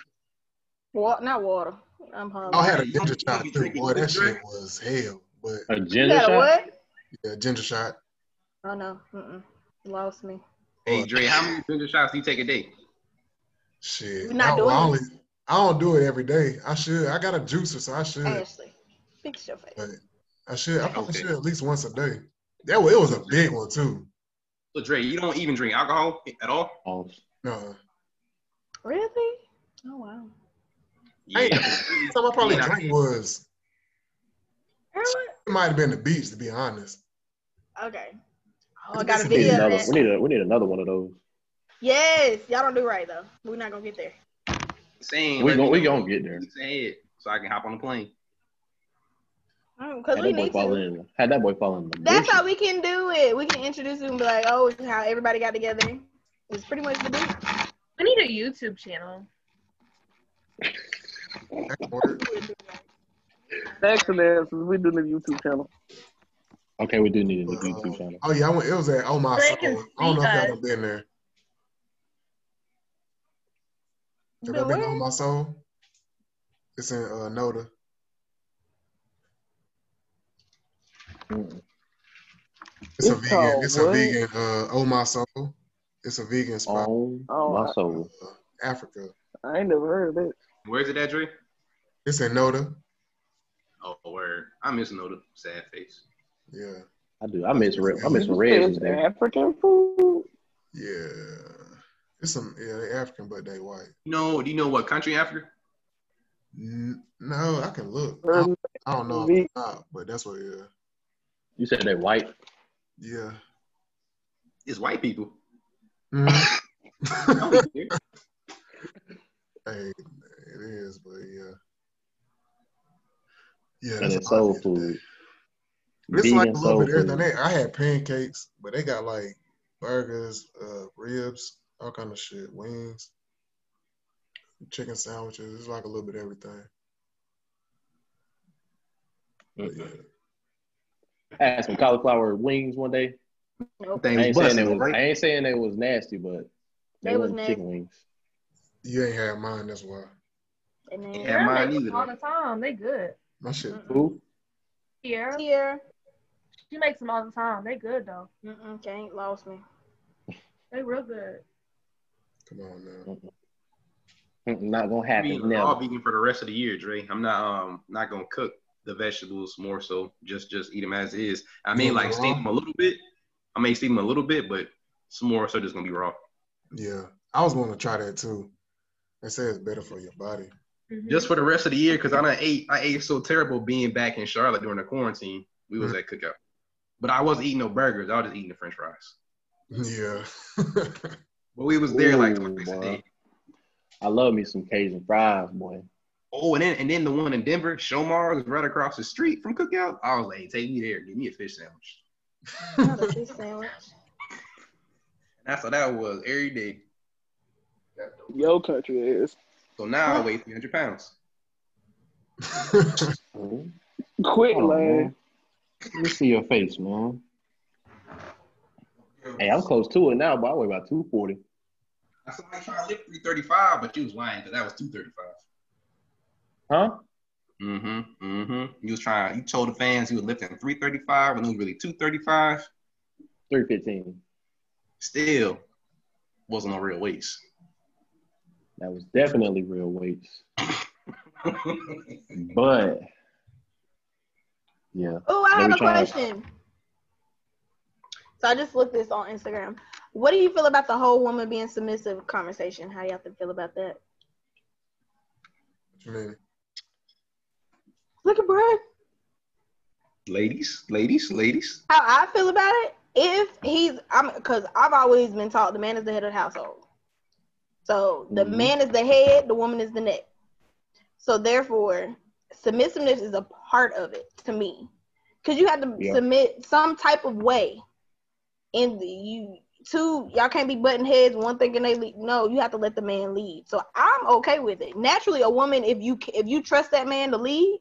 B: Water, not water. I'm hungry.
D: I had a ginger shot too. Boy, that shit was hell. But
C: A
B: You
C: ginger
B: got a
C: shot?
B: what?
D: yeah, ginger shot.
B: Oh no, Mm-mm. lost me.
F: Hey, Dre, how many ginger shots do you take a day?
D: Shit.
B: We're not
D: I, well, I
B: doing
D: only I don't do it every day. I should. I got a juicer, so I should.
B: Ashley, fix your face.
D: I should. I probably
F: Okay.
D: should at least once a day. That was, it was a big one too.
F: So Dre, you don't even drink alcohol at all?
C: Oh,
D: No,
B: Really? Oh wow.
D: I ain't-
F: Yeah.
D: time I probably
F: Yeah.
D: drank was
B: Really?
D: it might have been the beach to be honest.
B: Okay. Oh, I got a
C: we need
B: video of
C: another.
B: that.
C: We need, a, we need another one of those.
B: Yes, y'all don't do right though. We're not gonna get there.
F: Saying
C: We gon' we gonna get there.
F: Say it so I can hop on the plane.
B: Because
C: Had
B: Um, we
C: that boy
B: need
C: fall
B: to.
C: in. Had that boy fall in. The
B: That's
C: bushes.
B: how we can do it. We can introduce them and be like, oh, it's how everybody got together. It's pretty much the deal.
E: We need a YouTube channel.
D: That could work.
A: Next analysis, we do the YouTube channel.
C: Okay, we do need a new
D: But, uh,
C: YouTube channel.
D: oh yeah, I went, it was at oh my
E: They
D: soul. I
E: can
D: don't know if
E: see
D: y'all
E: us.
D: done been there. Have
B: But
D: y'all been
B: where-
D: on my soul? It's in uh, Noda.
C: Mm.
D: It's, a
A: It's
D: vegan.
A: called
D: it's a
A: what?
D: vegan. Uh, oh my soul. It's a vegan spot.
C: Oh,
A: Oh,
C: my
A: I-
C: soul.
A: Oh.
D: Africa.
A: I ain't never heard of that.
F: Where's it at, Dre?
D: It's in Noda.
F: Oh, word. I miss Noda. Sad face.
D: Yeah.
C: I do. I miss Red. I miss
A: You said
C: when Reds was
A: it's
C: there.
A: African food.
D: Yeah. It's some yeah, they African but they white.
F: You know, do you know what country Africa?
D: N- no, I can look. I
A: Or
D: don't, I don't know off the top, but that's what yeah.
C: You said they white.
D: Yeah.
F: It's white people.
D: Mhm.
F: Here.
D: [laughs] hey, it is, but yeah. Yeah,
C: And
D: that's
C: it's
D: all I
C: soul
D: did
C: food.
D: today. But It's like a
C: Vegan
D: little
C: soul
D: bit of everything.
C: food.
D: They, I had pancakes, but they got like burgers, uh, ribs, all kind of shit, wings, chicken sandwiches. It's like a little bit of everything. But yeah.
C: I had some cauliflower wings one day. I
F: Thing
C: ain't saying
F: busting,
C: it was.
F: right?
C: I ain't saying they was nasty, but they,
B: They was
C: wasn't chicken wings.
D: You ain't had mine, that's why.
B: And then
F: Yeah, mine
E: makes them
F: either,
E: all
F: though.
E: the time. They good.
D: My shit
B: Mm.
C: Who?
E: Sierra,
B: here.
E: she makes them all the time. They good though.
B: Mm-mm, can't lost me. [laughs]
E: They real good.
D: Come on now.
C: Mm-mm, Not gonna
F: I
C: happen.
F: mean, I'm all
C: Never.
F: vegan for the rest of the year, Dre. I'm not um not gonna cook the vegetables more so just just eat them as is. I mean, like steam them a little bit. I may steam them a little bit, but some more so just gonna be raw.
D: Yeah. I was going to try that too. They say it's better for your body.
F: Just for the rest of the year, because I done ate I ate so terrible being back in Charlotte during the quarantine. We was
C: Mm-hmm.
F: at cookout, but I wasn't eating no burgers. I was just eating the French fries.
E: [laughs]
D: Yeah.
F: But we was there like
C: Ooh,
F: twice a
C: boy.
F: day.
C: I love me some Cajun fries, boy.
F: Oh, and then and then the one in Denver, Shomar was right across the street from Cookout. I was like, take me there, give me a fish sandwich.
B: Not a fish sandwich.
F: And that's how that was every day.
A: Your country is
F: So now I weigh 300 pounds.
C: Mhm.
A: quit
C: Hold on,
A: lying.
C: man. Let me see your face, man. Hey, I'm close to it now, but I weigh about 240.
F: I saw you trying to lift 335, but you was lying because that was 235.
C: Huh?
F: Mm-hmm. Mm-hmm. You was trying, you told the fans you were lifting 335 when it was really 235.
C: 315.
F: Still wasn't on real weights.
C: That was definitely real weights.
F: What's
C: But yeah.
B: Oh, I have
C: Let me
B: a
C: try it.
B: question. So I just looked this on Instagram. What do you feel about the whole woman being submissive conversation? How do y'all have to feel about that?
D: What you mean?
B: Look at Brad.
F: [laughs] ladies, ladies, ladies.
B: How I feel about it? If he's, I'm, because I've always been taught the man is the head of the household. So the
C: Mhm.
B: man is the head, the woman is the neck. So therefore, submissiveness is a part of it to me, because you have to
C: Yeah.
B: submit some type of way, and you two y'all can't be button heads. One thinking they lead. No, you have to let the man lead. So I'm okay with it. Naturally, a woman, if you if you trust that man to lead,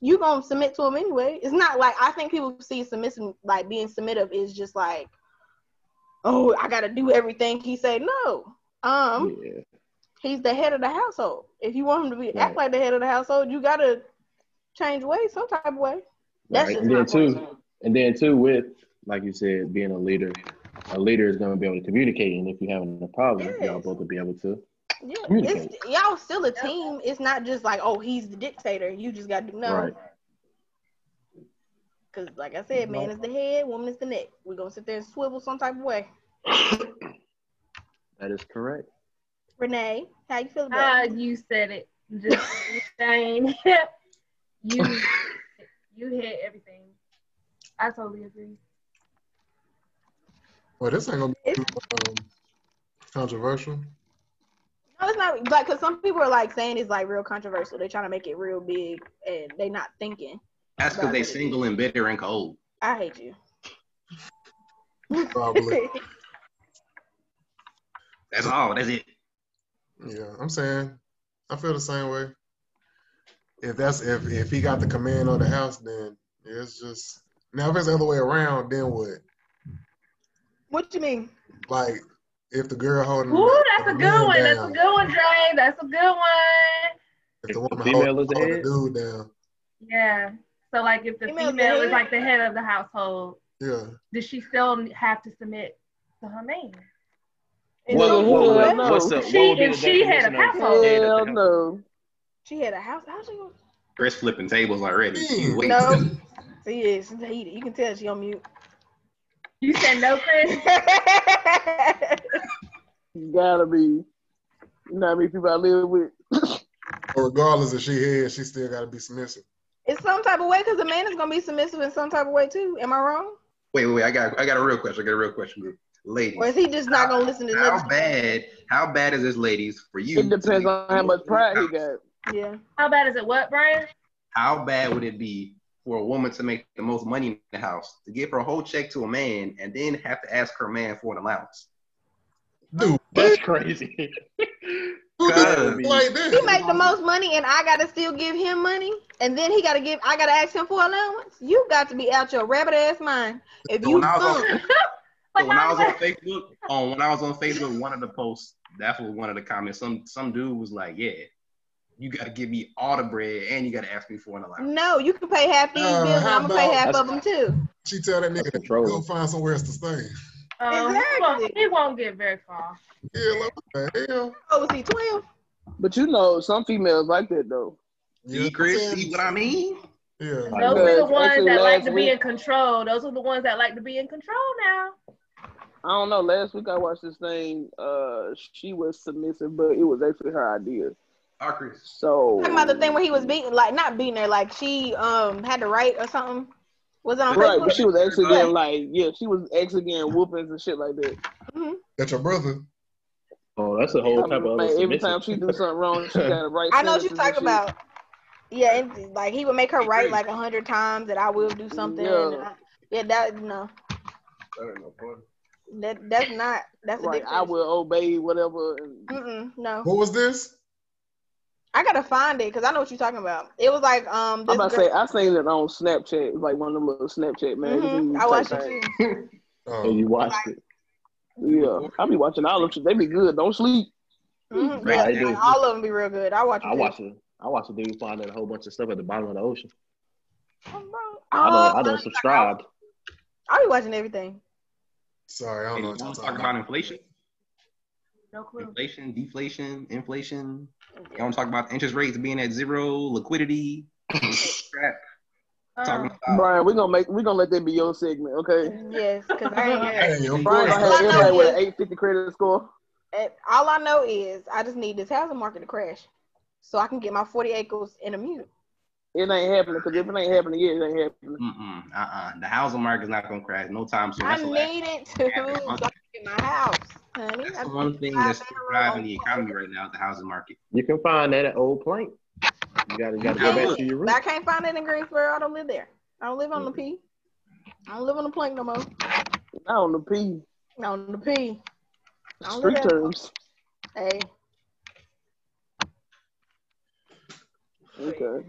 B: you gonna submit to him anyway. It's not like I think people see submissive like being submissive is just like, oh, I gotta do everything he say. No, um
C: yeah.
B: he's the head of the household. If you want him to be
C: Right.
B: act like the head of the household, you gotta change ways some type of way. That's
C: Right.
B: just
C: And
B: my
C: then
B: point.
C: too, and then too with like you said, being a leader, a leader is gonna be able to communicate and if you're having a problem,
B: Yes.
C: y'all both will be able to
B: Yeah,
C: Communicate.
B: it's, y'all still a team. It's not just like, oh, he's the dictator. You just got to do no.
C: Right.
B: Because, like I said, man is the head, woman is the neck. We're going to sit there and swivel some type of way.
C: That is correct.
B: Renee, how you feel
E: Ah,
A: Uh,
B: about it?
E: you said it. Just saying. [laughs] you you hit everything. I totally agree.
D: Well, this ain't gonna be too, um, controversial.
B: No, it's not like because some people are like saying it's like real controversial. They're trying to make it real big and they not thinking.
F: That's because they single and bitter and cold.
B: I hate you.
E: [laughs]
D: Probably.
F: That's all. That's it.
D: yeah, I'm saying I feel the same way. If that's if if he got the command of the house, then it's just now if it's the other way around, then what?
B: [laughs] what you mean?
D: Like if the girl holding
E: Ooh, that's a
D: the
E: good
D: man
E: one. That's a
D: down,
E: good one, Dre. That's a good one.
D: If the
C: If the
D: woman
C: female
D: holding
C: is the
D: holding the
C: head?
D: dude down,
E: Yeah. So like if the
B: Female's the
E: female, is
B: head.
E: like the head of the household,
D: yeah.
E: does she still have to submit to her man?
B: And
A: Well,
B: so
A: who
B: what?
A: well, no.
C: what's the,
E: She-
C: what would be
E: if
C: the
E: she had a
C: definition of
E: household.
C: head of the
A: Hell
C: house?
A: no.
B: She had a house. How's she
C: [coughs]
B: gonna-
F: Chris flipping tables already.
E: Mm,
F: You wait.
B: No. She is. She's heated. You can tell she on mute. [laughs]
E: You said no, Chris.
A: You gotta be. You know how many people I live with?
D: But regardless if she head, she still gotta be submissive.
B: it's some type of way because a man is gonna be submissive in some type of way too. Am I wrong?
F: Wait, wait, wait. I got, I got a real question. I got a real question, group. Ladies,
B: Or is he just not gonna listen to
F: how
B: nothing?
F: bad, how bad is this, ladies, for you?
A: It depends on how much pride he got.
B: Yeah.
E: How bad is it? What, Brian?
F: How bad would it be for a woman to make the most money in the house, to give her whole check to a man, and then have to ask her man for an allowance?
D: Dude,
C: That's crazy. [laughs]
D: who do
F: gotta be.
D: [laughs] like
B: He
D: that?
B: make the most money and I gotta still give him money and then he gotta give I gotta ask him for allowance. You got to be out your rabbit ass mind. If
F: So
B: you
F: when I was on-
B: thumb,
F: [laughs]
A: [laughs]
F: So when I
E: how
F: was on Facebook, on when I was on Facebook, one of the posts, that's what one of the comments. Some some dude was like, "Yeah, you got to give me all the bread, and you got to ask me for an allowance."
B: no, you can pay half these
D: Uh,
B: bills and
D: how
B: I'm gonna pay
D: about-
B: half of them too.
D: She tell that nigga
C: That's
D: to
C: controlling.
D: go find somewhere else to stay.
E: Um, he, won't,
B: Exactly.
E: he won't get very far.
D: Yeah, like what the hell.
B: Oh, was he twelve?
A: But you know, some females like that though.
F: See, Chris, see what I mean?
D: Yeah.
E: Those are the
A: Because
E: ones
A: actually
E: that like
A: last
E: to
A: week-
E: be in control. Those are the ones that like to be in control now.
A: I don't know. Last week I watched this thing. Uh, she was submissive, but it was actually her idea.
F: Our Chris.
A: So
B: Talking about the thing where he was beating like not beating her, like she um had to write or something. Was it on
A: right,
B: Facebook?
A: but she was actually getting like yeah, she was actually getting whoopings and shit like that.
D: That's your brother.
C: Oh, that's a whole type of
A: Like,
C: other
A: every time
C: submissive.
A: she do something wrong, she got to write.
B: [laughs] I know what you
A: sentences
B: talk
A: and
B: about. Yeah, and like he would make her write like a hundred times that I will do something.
A: Yeah.
B: and I- yeah that no, that that's not that's
A: shit.
B: a
A: Like I
B: different-
A: will obey whatever. And
B: Mm-mm, no,
D: What was this?
B: I gotta find it because I know what you're talking about. It was like um.
A: I'm
B: This
A: about to say I seen it on Snapchat, like one of them little Snapchat
B: hmm
A: magazines.
B: I watched
A: type
B: it too.
D: Oh,
C: And you watched it.
A: thing. Yeah, I be watching all of them. They be good. Don't sleep.
B: Mhm,
F: Right,
B: yeah,
F: I do.
B: all of them be real good. I watch.
C: I watched it. I watched a dude find out a whole bunch of stuff at the bottom of the ocean. I
B: I
C: don't. I don't subscribe.
B: I be watching everything.
D: sorry, I don't
F: Hey, you
D: know
F: want
D: what you're
F: to
D: talking
F: talk
D: about.
F: about inflation?
E: No clue.
F: Inflation, deflation, inflation. You want to talk about interest rates being at zero,
B: [coughs]
F: liquidity, crap.
B: Uh,
F: Talking
E: Um,
B: Oh.
F: about
A: Brian, we gonna make we gonna let that be your segment, okay?
B: Yes, because I ain't.
D: [laughs]
B: got-
D: Hey, your
A: Brian
D: boy.
A: gonna have everybody with an 850 credit score.
B: And all I know is I just need this housing market to crash so I can get my 40 acres in a mute.
A: It ain't happening because if it ain't happening yet, it ain't happening.
F: mm-mm, uh-uh. The housing market is not gonna crash no time soon.
B: I
F: That's the last-
B: need it to so I can get my house, honey.
F: that's
B: I
F: the one
B: need
F: thing
B: five
F: that's still
B: bedroom
F: driving the
B: apartment.
F: economy right now, is the housing market.
C: You can find that at Old Plank. You gotta, you gotta go back to your
B: But
C: roots.
B: I can't find it in Greensboro. I don't live there. I don't live on the P. I don't live on the plank no more.
A: Not on the P
B: On the P.
E: Oh,
B: I don't live
A: street
B: there.
A: terms.
B: Hey,
A: Okay.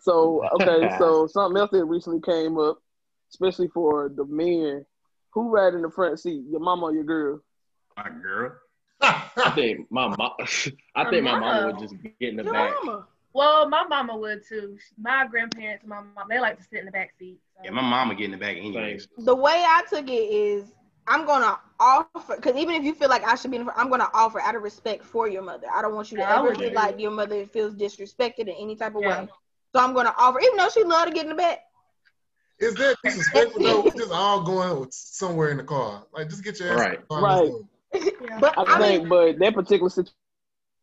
A: So [laughs] okay, so something else that recently came up, especially for the men. Who ride in the front seat? Your mama or your girl?
F: My
B: [laughs]
F: girl.
C: I think my mom. [laughs] I think my mom would just get in the
B: your
C: back.
B: mama.
E: well, my mama would too. My grandparents, my mom, they like to sit in the back seat. so.
F: Yeah, my mama get in the back anyway.
C: Same.
B: The way I took it is I'm going to offer because even if you feel like I should be, in the, I'm gonna offer out of respect for your mother. I don't want you to
E: Yeah, I
B: ever
E: would
B: feel
E: do.
B: like your mother feels disrespected in any type of
E: Yeah.
B: way. So I'm gonna offer, even though she love to get in the bed.
D: Is that disrespectful though? We're just all going somewhere in the car. Like, just get your ass in the
C: Right.
D: car and let's
A: Right.
D: go.
E: Yeah.
B: But
A: I
B: I
A: think,
B: mean,
A: but that particular situation,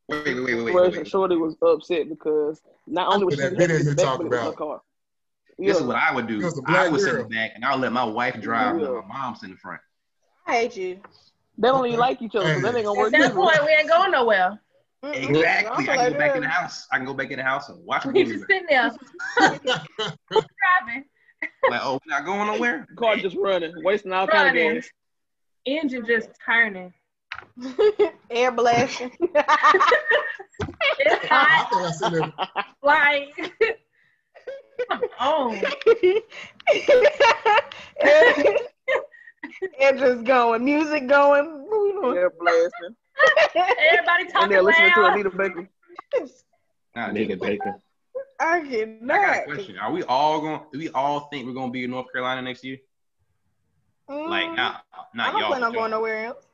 F: Wait, wait, wait, wait, wait. wait.
A: Shorty was upset because not only was
D: With
A: she
D: that video
A: having
D: you
A: sex,
D: talking
A: but it was her
D: about.
A: car.
F: This is
A: Yeah.
F: what I would do.
D: Because the
F: I
D: black
F: would sit
D: girl.
F: in the back and I'll let my wife drive and let
A: Yeah.
F: my mom sit in the front.
B: I hate you.
A: They don't even like each other, so that ain't gonna
E: At
A: work.
E: that
A: either.
E: point, we ain't
A: [laughs]
E: going nowhere.
B: Mm-mm.
F: Exactly. I can go back in the
B: Like,
F: house. I can go back in the house
B: [laughs]
F: and watch
E: We
F: movies.
E: just sitting
A: [laughs]
E: there [laughs] driving,
F: like, oh, we're not going nowhere.
A: Car just running, wasting all kind of
E: running,
A: gas.
E: engine just turning.
B: [laughs] Air blasting.
E: It's
D: I,
A: [laughs]
D: I
E: hot,
D: think I seen that.
E: like [laughs] oh, come on.
B: Air- air just going, music going. We don't-
A: Air blasting,
E: Everybody
A: and
E: talking
A: they're listening to
E: loud.
A: Anita Baker.
F: Nah,
C: Anita
F: nigga.
C: Baker.
B: I
F: I got a
B: cannot.
F: question. Are we all going? Do we all think we're gonna be in North Carolina next year? Like,
B: Mm,
F: nah,
B: I
F: not
B: don't
F: y'all.
B: plan on
F: but
B: going
F: y'all.
B: nowhere else.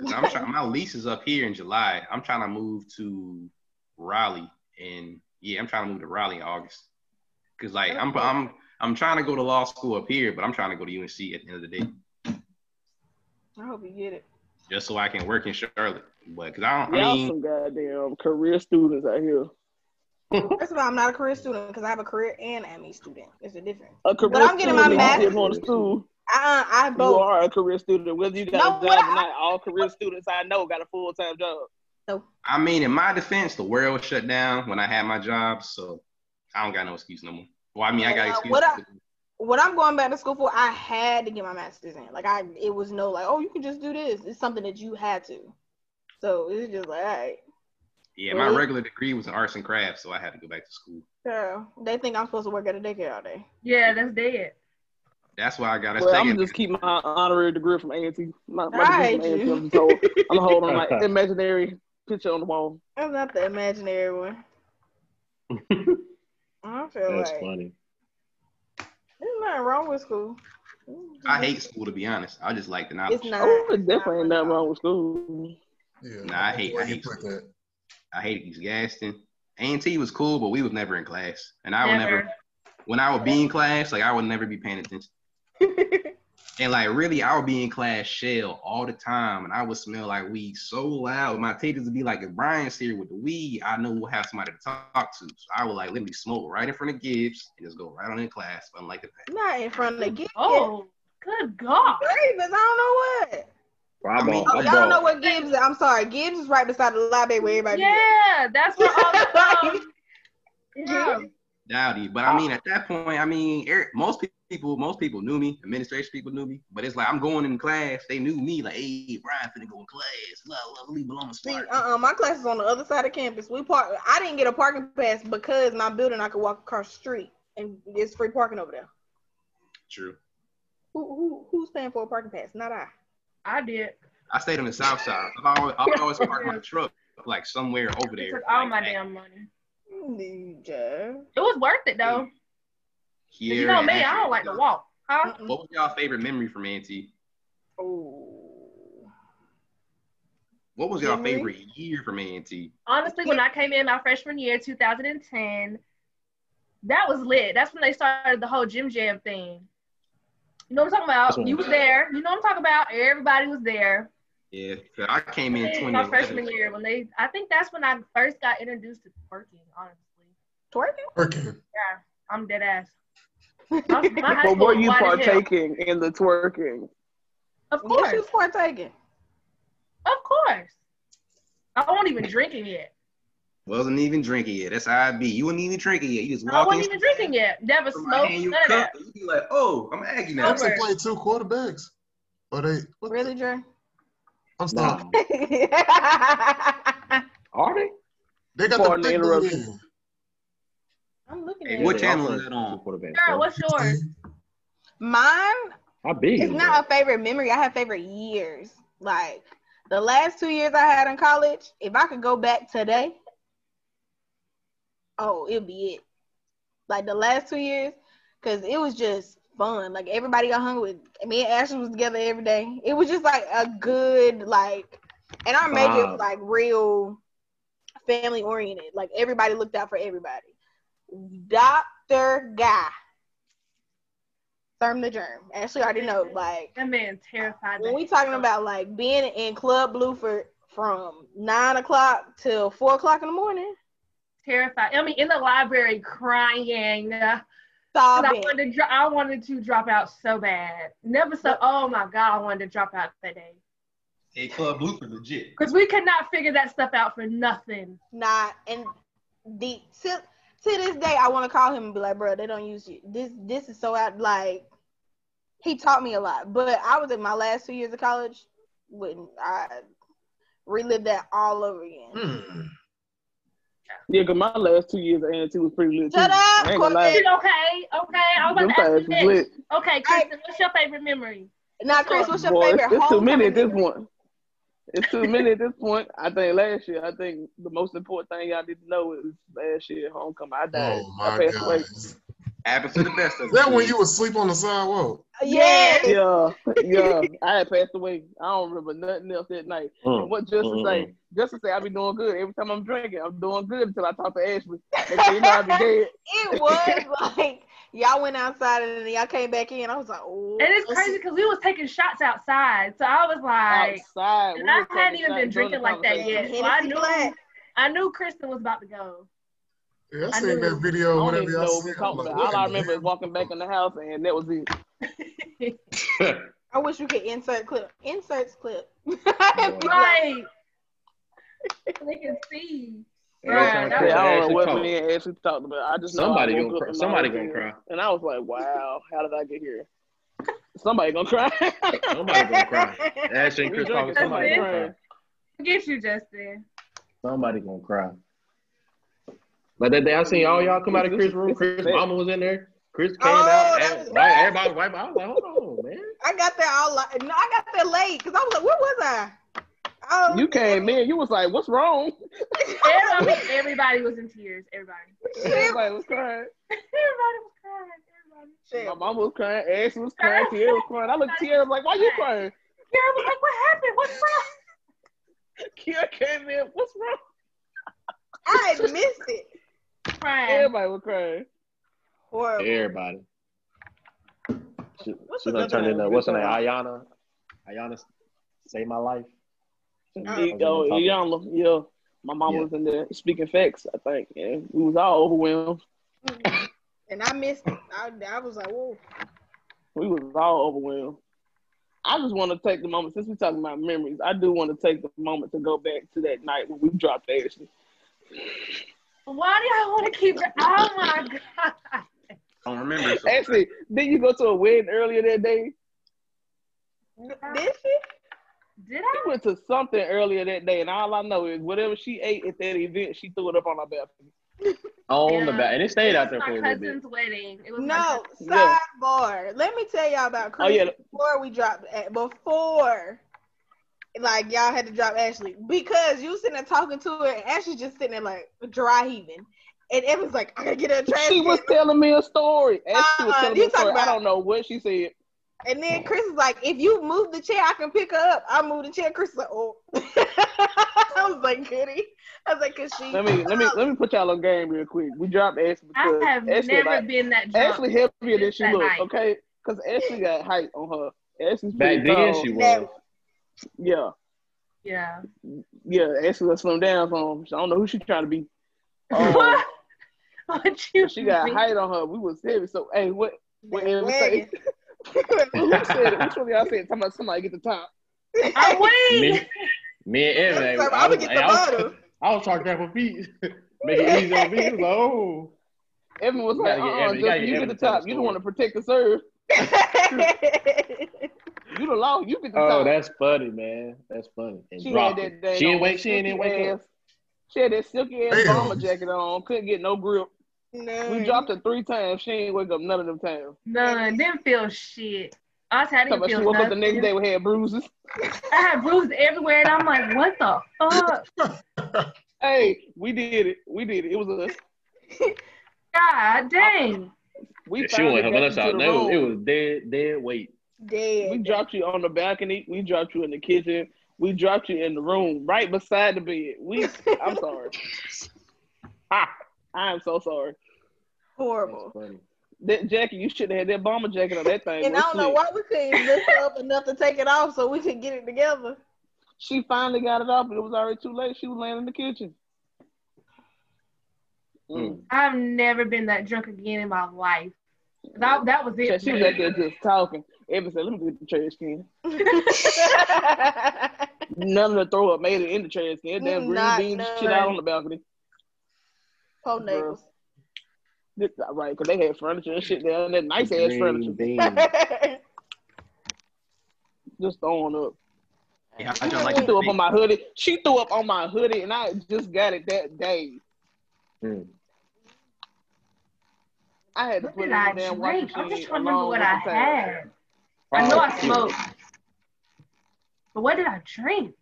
F: 'Cause I'm trying. My lease is up here in July. I'm trying to move to Raleigh, and yeah, I'm trying to move to Raleigh in August. Cause like I'm I'm I'm trying to go to law school up here, but I'm trying to go to UNC at the end of the day,
B: I hope you get it.
F: just so I can work in Charlotte. But cause I don't. I
A: Y'all
F: mean,
A: some goddamn career students out here.
B: First of all, I'm not a career student because I have a career and ME student. It's a difference.
A: A career
B: I'm getting my
A: student, you
B: master's.
A: still going to school.
B: I, I
A: You
B: both.
A: are a career student, whether you got
B: No,
A: a
B: but
A: job
B: I-
A: or not. All career students I know got a full time job.
F: I mean, in my defense, the world shut down when I had my job, so I don't got no excuse no more. Well, I mean, I got
B: Uh,
F: excuses.
B: what I- What I'm going back to school for, I had to get my master's in. Like I, it was no like, oh, you can just do this. It's something that you had to. So it's just like, all right,
F: yeah, my
B: Really?
F: regular degree was in arts and crafts, so I had to go back to school.
B: girl. They think I'm supposed to work at a daycare all day.
E: Yeah, that's dead.
F: That's why I got us
A: Well, I'm
F: taking.
A: just keep my honorary degree from A&T. My, my
B: I
A: degree
B: hate
A: from A&T.
B: you.
A: I'm, just hold, I'm holding
F: [laughs]
A: my imaginary picture on the wall.
B: I'm not the imaginary
F: [laughs]
B: one. I feel
C: That's
B: like
C: funny.
B: there's nothing wrong with school.
F: I hate school to be honest. I just like the knowledge.
B: It's not.
A: Oh,
B: it's
A: it
B: not
A: definitely ain't
B: fun at
A: nothing
B: all.
A: wrong with school.
D: Yeah.
F: [laughs] Nah, I hate-
D: Why
F: I
D: you
F: hate
D: put that?
F: I hated East Gaston. A&T was cool, but we was never in class, and I would never. When I would be in class, like I would never be paying attention. and like really, I would be in class shell all the time, and I would smell like weed so loud. My teachers would be like, "If Brian's here with the weed, I know we'll have somebody to talk to." So I would like literally smoke right in front of Gibbs and just go right on in class, unlike the past.
B: Not in front of the Oh,
E: Oh, good God.
B: Ravens. I don't know what.
C: Well, I
F: I mean,
C: bought,
B: I
C: I
B: don't know
C: bought,
B: what Gibbs. is. I'm sorry, Gibbs is right beside the library where everybody.
E: Yeah, that's where all the um, yeah.
B: Gibbs.
F: Dowdy. But
E: Oh.
F: I mean, at that point, I mean, er- most pe- people, most people knew me. Administration people knew me. But it's like I'm going in class. They knew me. Like, hey, Brian finna go in class. Love, love, leave alone.
B: See,
F: Smart.
B: uh, uh my class is on the other side of campus. We park. I didn't get a parking pass because my building I could walk across the street and there's free parking over there.
F: True.
B: Who who who's paying for a parking pass? Not I.
E: I did.
F: I stayed on the south side. I've always, I've always parked
E: [laughs]
F: my truck like somewhere over
E: It
F: there.
E: took all
F: like,
E: my
F: back
E: damn money.
B: Ninja.
E: It was worth it though.
F: Here.
E: you know
F: and
E: me, I
F: after-
E: don't like to walk. Huh?
B: Mm-mm.
F: What was y'all favorite memory from Auntie?
B: Oh.
F: What was y'all
B: Memory?
F: favorite year from Auntie?
E: Honestly, when I came in my freshman year, 2010, that was lit. That's when they started the whole gym jam thing. You know what I'm
C: That's
E: talking
C: when-
E: about? You was there. You know what I'm talking about? Everybody was there.
F: Yeah, 'cause I came in
E: My
F: 2011.
E: freshman year, when they, I think that's when I first got introduced to twerking. Honestly,
B: Twerking?
D: Working.
E: yeah, I'm dead ass. My,
A: [laughs]
E: my high
A: But
E: school
A: were
E: was
A: you
E: wide as hell.
A: partaking in the twerking?
E: Of
B: Yes,
E: course,
B: she was partaking.
E: of course. I wasn't even drinking yet.
F: Wasn't even drinking yet. That's how I be. You wouldn't even drinking yet. You just
E: I
F: walking.
E: wasn't even drinking yet. Never smoked.
F: Somebody hand you
E: None
F: a
E: of that.
F: cup, you be like, oh, I'm Aggie now.
D: Clemson
E: Over.
D: played two quarterbacks. But they what the-
B: Really, [laughs] Dre?
D: I'm
C: nah,
D: stuck.
B: I'm
C: are they?
D: They got
A: Pardon
D: the
A: the
D: thick
A: interruption.
D: dude in.
B: looking
F: Hey,
B: at
F: what
B: it.
C: They
F: channel
C: offer
F: is that on?
C: two quarterbacks,
E: Girl,
C: bro.
E: what's yours?
B: Mine
C: How big?
B: It's
C: is
B: not
C: it?
B: a favorite memory. I have favorite years. Like the last two years I had in college, if I could go back today, oh, it'd be it. Like the last two years, because it was just fun. Like everybody got hung with me and Ashley was together every day. It was just like a good like, and our major was
C: Vibe.
B: like real family oriented. Like everybody looked out for everybody. Doctor Guy, Therm the Germ. Ashley already know. Like
E: That man terrified.
B: when
E: the-
B: we talking about like being in Club Blueford from nine o'clock till four o'clock in the morning,
E: terrified. I mean, in the library crying. uh, 'cause I
B: sobbing.
E: wanted, to dro- I wanted to drop out so bad. Never so. Oh my god, I wanted to drop out that day
F: Hey, Club Blooper, legit.
E: because we could not figure that stuff out for nothing.
B: Nah, and the to, to this day, I want to call him and be like, bro, they don't use you. This this is so out. Like, he taught me a lot, but I was in my last two years of college when I relived that all over again.
D: Hmm.
A: Yeah, cause my last two years of ANT was pretty lit.
B: Shut
A: too.
B: up,
A: I ain't gonna lie.
E: Okay, okay. I was
A: Them
E: about to ask
A: times
E: you
A: was
E: this.
A: lit.
E: Okay, Kristen, what's your favorite memory?
B: Now, Chris, what's your
A: Hmm. Oh, Boy, it's-
B: favorite
A: It's too many
B: homecoming
A: at this
B: memory?
A: point. It's too many at this point. I think last year, I think the most important thing y'all need to know is last year homecoming. I died.
D: Oh my
A: I passed away.
D: god. Is
F: Happens to the best of us.
D: that when you would sleep on the sidewalk?
B: Yes.
A: Yeah, yeah. I had passed away. I don't remember nothing else that night.
D: Mm,
A: And what Justin
C: Mm-mm.
A: say? Justin say I be doing good every time I'm drinking. I'm doing good until I talk to Ashley. Next thing you know, I be dead.
B: [laughs] It was like y'all went outside and then y'all came back in. I was like, oh.
E: And it's crazy because we was taking shots outside, so I was [laughs] like,
A: Outside.
E: and
A: we
E: I
A: was talking
E: hadn't even
A: shit
E: been
A: during the
E: drinking like that
A: conversation.
E: yet. Well, I
B: Hennessy
E: knew-
B: Black.
E: I knew Kristen was about to go.
D: Yeah, I
E: I
D: seen
E: knew.
D: that
A: I
D: video
A: don't
D: whenever
A: even know
D: y'all
A: what
D: see
A: we
D: it.
A: talking
D: I'm
A: about.
D: like,
A: All I
D: what the
A: remember is
D: hell?
A: walking back in the house, and that was it.
B: I wish we could insert clip. Inserts clip. [laughs]
E: [laughs] Right. they can see. Right.
A: Yeah,
E: That was-
A: I don't know
C: Ashley
A: what
C: talk.
A: me and Ashley talked about. I just know I
C: Somebody
A: woke
C: gonna
A: up
C: cry.
A: in my
C: Somebody
A: own
C: gonna
A: bed,
C: cry.
A: And I was like, wow, how did I get here? Somebody gonna cry. [laughs]
C: Somebody
B: [laughs]
C: gonna cry. Ashley and
A: We drinking,
C: Chris talking. Somebody
A: somebody
C: gonna cry.
A: crying.
E: Forget you, Justin.
C: Somebody gonna cry. Like that day, I seen all y'all come out of Chris' room. Chris' mama was in there. Chris came
B: Oh,
C: out.
B: that
C: and-
B: was-
C: like, everybody was wiping. I was like, hold on, man.
B: I got there all like, no, I got there late because I was like, where was I? Oh,
A: You came in, you was like, what's wrong?
E: Everybody, everybody was in tears. Everybody.
B: [laughs]
E: [laughs]
B: shit.
A: Everybody was crying.
E: Everybody was crying. Everybody.
B: shit.
A: My mama was crying, Ashley was crying, Tierra was crying. I looked at Tierra I was like, why you crying?
E: Kira was like, "What happened? What's wrong?"
A: [laughs] Kiera came in, what's wrong?
B: I
A: [laughs]
B: had missed it.
E: Crying.
A: Everybody was crying.
B: Horrible.
C: Everybody. She,
B: What's
C: she gonna
A: another
C: turn
A: one
C: into
A: we
C: what's her
A: been
C: name?
A: talking
C: Ayana. Ayana, save my life.
A: He- oh, Iyanla, yeah. My mama
C: Yeah.
A: was in there speaking facts, I think. And we was all overwhelmed.
B: And I missed it. I, I was like, whoa.
A: We was all overwhelmed. I just want to take the moment since we're talking about memories. I do want to take the moment to go back to that night when we dropped Ashley.
E: Why do y'all want to keep? Oh my [laughs] god.
F: I don't remember. So.
A: Ashley, did you go to a wedding earlier that day?
B: Did she?
E: Did
A: She
E: I?
A: went to something earlier that day, and all I know is whatever she ate at that event, she threw it up on our balcony.
C: On the back, and it stayed out
E: It
C: there
E: was
C: for a
E: my
C: little bit.
E: cousin's wedding. It was Oh my
B: No,
A: Yeah.
B: sidebar. Let me tell y'all about Chris
A: Oh, yeah.
B: before we dropped at before like y'all had to drop Ashley. Because you sitting there talking to her and Ashley just sitting there like dry heaving. And Evan's like, I gotta get her a trash
A: She
B: can.
A: was telling me a story. Ashley was
B: Uh-uh,
A: telling
B: you
A: me a story.
B: talking
A: I
B: about-
A: don't know what she said.
B: And then Chris is like, if you move the chair, I can pick her up. I move the chair. Chris is like, oh. [laughs] I was like, goody. I was like, cause she.
A: Let me let me let me put y'all on game real quick. We dropped Ashley
E: I
A: because
E: have
A: Ashley
E: never
A: like-
E: been that drunk.
A: Ashley heavier than she
E: That
A: looked,
E: height.
A: okay? Because Ashley got height on her. Ashley's
C: Back
A: pretty
C: then,
A: tall.
C: she was.
B: No.
A: yeah,
E: yeah.
A: [laughs]
E: [laughs]
A: yeah. Ashley gonna slim down from. I don't know who she trying to be. Um,
E: what you?
A: she got
E: mean?
A: height on her. We was heavy, so hey, what? [laughs] What Evan say?
B: Wagon.
A: [laughs] Who said it? Which one of y'all said? Talking about somebody get the top.
E: I
C: Me,
E: Oh, wait.
C: me
B: Chris
C: and Evan.
B: is
C: hey,
B: like, [laughs]
C: I
B: I'm gonna
C: was,
B: get
C: hey,
B: the
C: I was,
B: bottle.
C: I was talking about [laughs] feet. Make it easy on me. He was like, oh.
A: Evan was
C: You
A: like,
C: gotta
A: uh, uh
C: get Evan- you gotta
A: Justin,
C: get
A: you get
C: Evan
A: the
C: to tell the
A: top. You don't
C: story.
A: want to protect the serve.
B: [laughs]
A: You the law. You get the
C: Oh,
A: top.
C: that's funny, man. That's funny. And
A: She
C: dropped
A: had
C: it.
A: that uh, thing
C: She
A: on,
C: didn't wake. She
A: silky
C: didn't wake
A: ass,
C: up.
A: She had that silky ass
D: Damn.
A: bomber jacket on. Couldn't get no grip.
B: no.
A: We dropped her three times. She ain't wake up none of them times.
E: None. Didn't feel shit. Honestly, I
A: Talking
E: didn't
A: about she
E: feel
A: woke up the next
E: nothing.
A: day with had bruises.
E: I had bruises everywhere, and I'm like, what the fuck?
A: Hey, we did it. We did it. It was us.
E: God dang.
A: We
C: she
A: finally
C: wasn't helping
A: got
C: us
A: you to
C: out.
A: the
C: No,
A: room.
C: it was dead, dead weight.
A: We
B: Dead.
A: dropped you on the balcony. We dropped you in the kitchen. We dropped you in the room right beside the bed. We, I'm
B: [laughs]
A: sorry. Ah, I am so sorry.
B: Horrible.
A: That Jackie, you should have had that bomber jacket on that thing.
B: And I
A: was
B: don't know
A: slick.
B: why we couldn't lift her up enough to take it off so we could get it together.
A: She finally got it off, but it was already too late. She was laying in the kitchen. Mm.
E: I've never been that drunk again in my life. That, that was
B: Mm.
A: Yeah,
E: it.
A: she was out there just talking. Evan said, "Let me get the trash can." None of the throw up made it in the trash can.
E: Mm,
A: Damn green
B: Not
A: beans
B: none.
A: shit out on the balcony.
B: Poor neighbors.
A: This, right, because they had furniture and shit down there. Nice ass furniture. [laughs]
C: Green bean.
B: [laughs]
A: Just throwing up.
F: Hey, how'd
A: She
F: y'all like
A: threw up
F: the
A: on my hoodie. She threw up on my hoodie, and I just got it that day.
C: Mm.
A: I had to
E: What
A: put it in
E: did
A: the
E: I
A: damn washing
E: drink?
A: machine.
E: I'm just trying to
A: along
E: remember what
A: with
E: I
A: the Oh, towel.
E: had. I know I smoked, but what did I drink?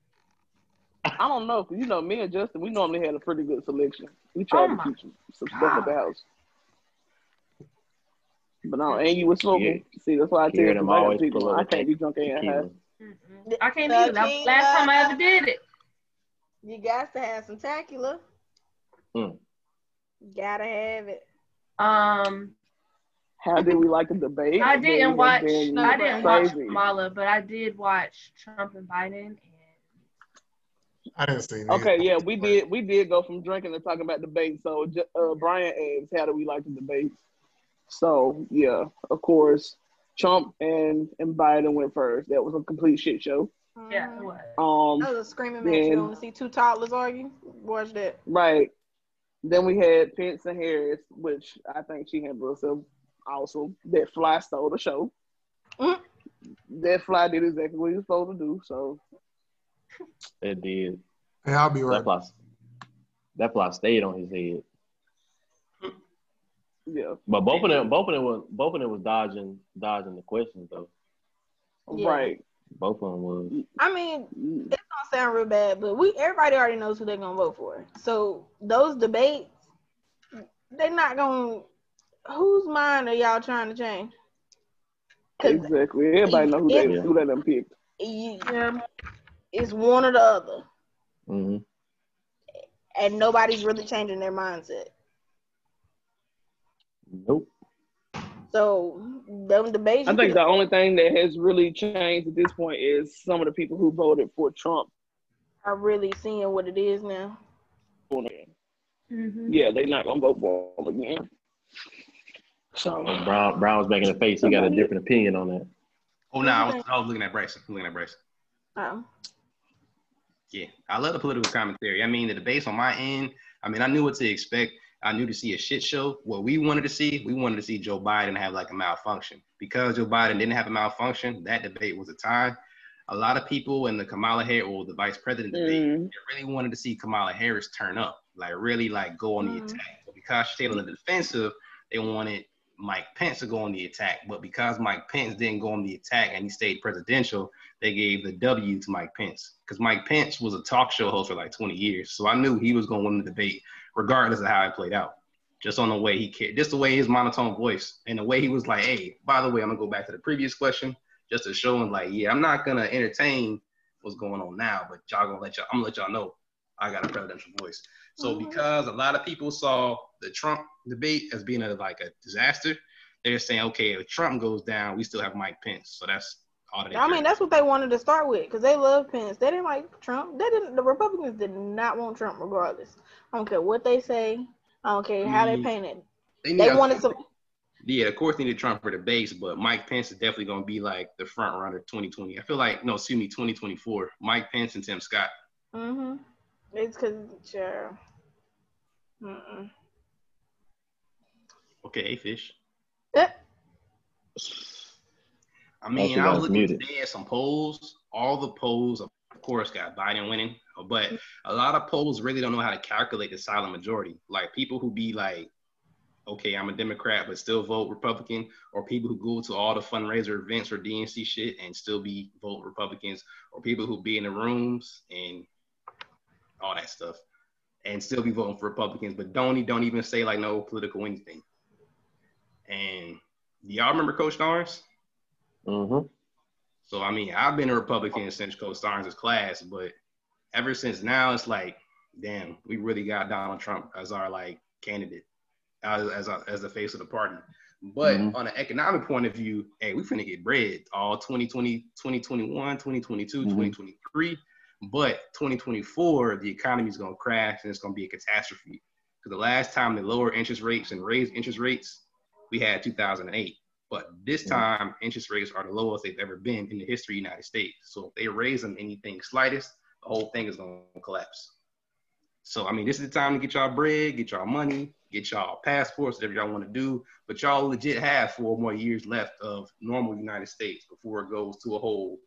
A: I don't know, 'cause you know, me and Justin, we normally had a pretty good selection. We tried
E: Oh
A: to
E: my
A: keep some, some stuff at the house. But no, and you were smoking. See, that's why I tell you,
C: Kieran, I'm
A: 'cause I, got
C: always
A: people,
C: full of
A: I can't be drunk and high.
C: Tequila.
E: Mm-mm. I can't either. That was the last time I ever did it.
B: You got to have some tequila.
C: Mm.
B: Gotta have it.
E: Um,
A: How did we like the debate?
E: I
A: Then
E: didn't
A: we
E: watch.
A: been
E: I didn't watch
A: crazy.
E: Kamala, but I did watch Trump and Biden. And
D: I didn't see. neither.
A: Okay, yeah, we did. We did go from drinking to talking about debate. So ju- uh, Brian asked, "How do we like the debate?" So yeah, of course, Trump and and Biden went first. That was a complete shit show.
E: yeah, it
B: Mhm.
E: was.
A: Um,
B: That was a screaming match. You
A: Then-
B: don't want to see two toddlers argue? Watch that.
A: Right. Then we had Pence and Harris, which I think she handled herself also. That fly stole the show.
B: Mm.
A: That fly did exactly what he was supposed to do. So
C: It did.
D: Hey, I'll be
C: That
D: right.
C: plot, that plot stayed on his head.
A: yeah,
C: But both of them, both of them was, both of them was dodging, dodging the questions though.
B: Yeah.
A: right.
C: Both of them was.
B: I mean, it's gonna sound real bad, but we everybody already knows who they're gonna vote for. So those debates, they're not gonna. Whose mind are y'all trying to change? Because
A: Exactly. Everybody know who they
C: Yeah.
A: who they done picked.
E: Yeah.
B: it's one or the other,
C: hmm
B: and nobody's really changing their mindset.
C: Nope.
B: So them debates,
A: I think the only thing that has really changed at this point is some of the people who voted for Trump.
B: are really seeing what it is now.
E: hmm
A: Yeah, they not gonna vote for him again. So
C: And Brown, Brown was back in the face. He got a different opinion on that.
F: Oh no, I was, I was looking at Bryson. Looking at Bryson.
B: Oh.
F: Yeah, I love the political commentary. I mean, the debates on my end. I mean, I knew what to expect. I knew to see a shit show. What we wanted to see, we wanted to see Joe Biden have like a malfunction. Because Joe Biden didn't have a malfunction, that debate was a tie. A lot of people in the Kamala Harris or the vice president debate,
A: mm,
F: they really wanted to see Kamala Harris turn up, like really like go on the
B: Mhm.
F: attack. But because she stayed on the defensive, they wanted Mike Pence to go on the attack. But because Mike Pence didn't go on the attack and he stayed presidential, they gave the W to Mike Pence because Mike Pence was a talk show host for like 20 years, so I knew he was going to win the debate regardless of how it played out. Just on the way he cared, just the way his monotone voice and the way he was like, "Hey, by the way, I'm gonna go back to the previous question just to show him like, yeah, I'm not gonna entertain what's going on now, but y'all gonna let y'all, I'm gonna let y'all know I got a presidential voice. So
B: Mhm.
F: because a lot of people saw the Trump debate as being a, like a disaster, they're saying, okay, if Trump goes down, we still have Mike Pence. So that's all that. they
B: I mean,
F: care
B: that's what they wanted to start with because they love Pence. They didn't like Trump. They didn't. The Republicans did not want Trump, regardless. I don't care what they say. I don't care how
A: Mm-hmm.
B: they
F: Mm.
B: paint it.
F: They, need
B: They
F: a-
B: wanted some.
F: Yeah, of course, they needed Trump for the base, but Mike Pence is definitely going to be like the front runner 2020. I feel like, no, excuse me, 2024. Mike Pence and Tim Scott.
B: hmm It's because sure. Mm-mm.
F: Okay, hey, fish.
B: Eh,
F: I mean,
C: she
F: I
C: got
F: was looking
C: muted.
F: today at some polls. All the polls, of course, got Biden winning, but a lot of polls really don't know how to calculate the silent majority. Like people who be like, okay, I'm a Democrat, but still vote Republican, or people who go to all the fundraiser events or DNC shit and still be vote Republicans, or people who be in the rooms and all that stuff and still be voting for Republicans, but don't, e- don't even say like no political anything. And do y'all remember Coach Starnes?
C: Mm-hmm.
F: So I mean, I've been a Republican since Coach Starnes' class, but ever since now, it's like, damn, we really got Donald Trump as our like candidate, as as, our- as the face of the party. But
C: Mhm.
F: on an economic point of view, hey, we finna get bread all 2020, 2021, 2022,
C: Mhm.
F: 2023. But 2024, the economy's gonna crash and it's gonna be a catastrophe. Because the last time they lowered interest rates and raised interest rates, we had 2008. But this time, interest rates are the lowest they've ever been in the history of the United States. So if they raise them anything slightest, the whole thing is going to collapse. So, I mean, this is the time to get y'all bread, get y'all money, get y'all passports, whatever y'all want to do. But y'all legit have four more years left of normal United States before it goes to a whole,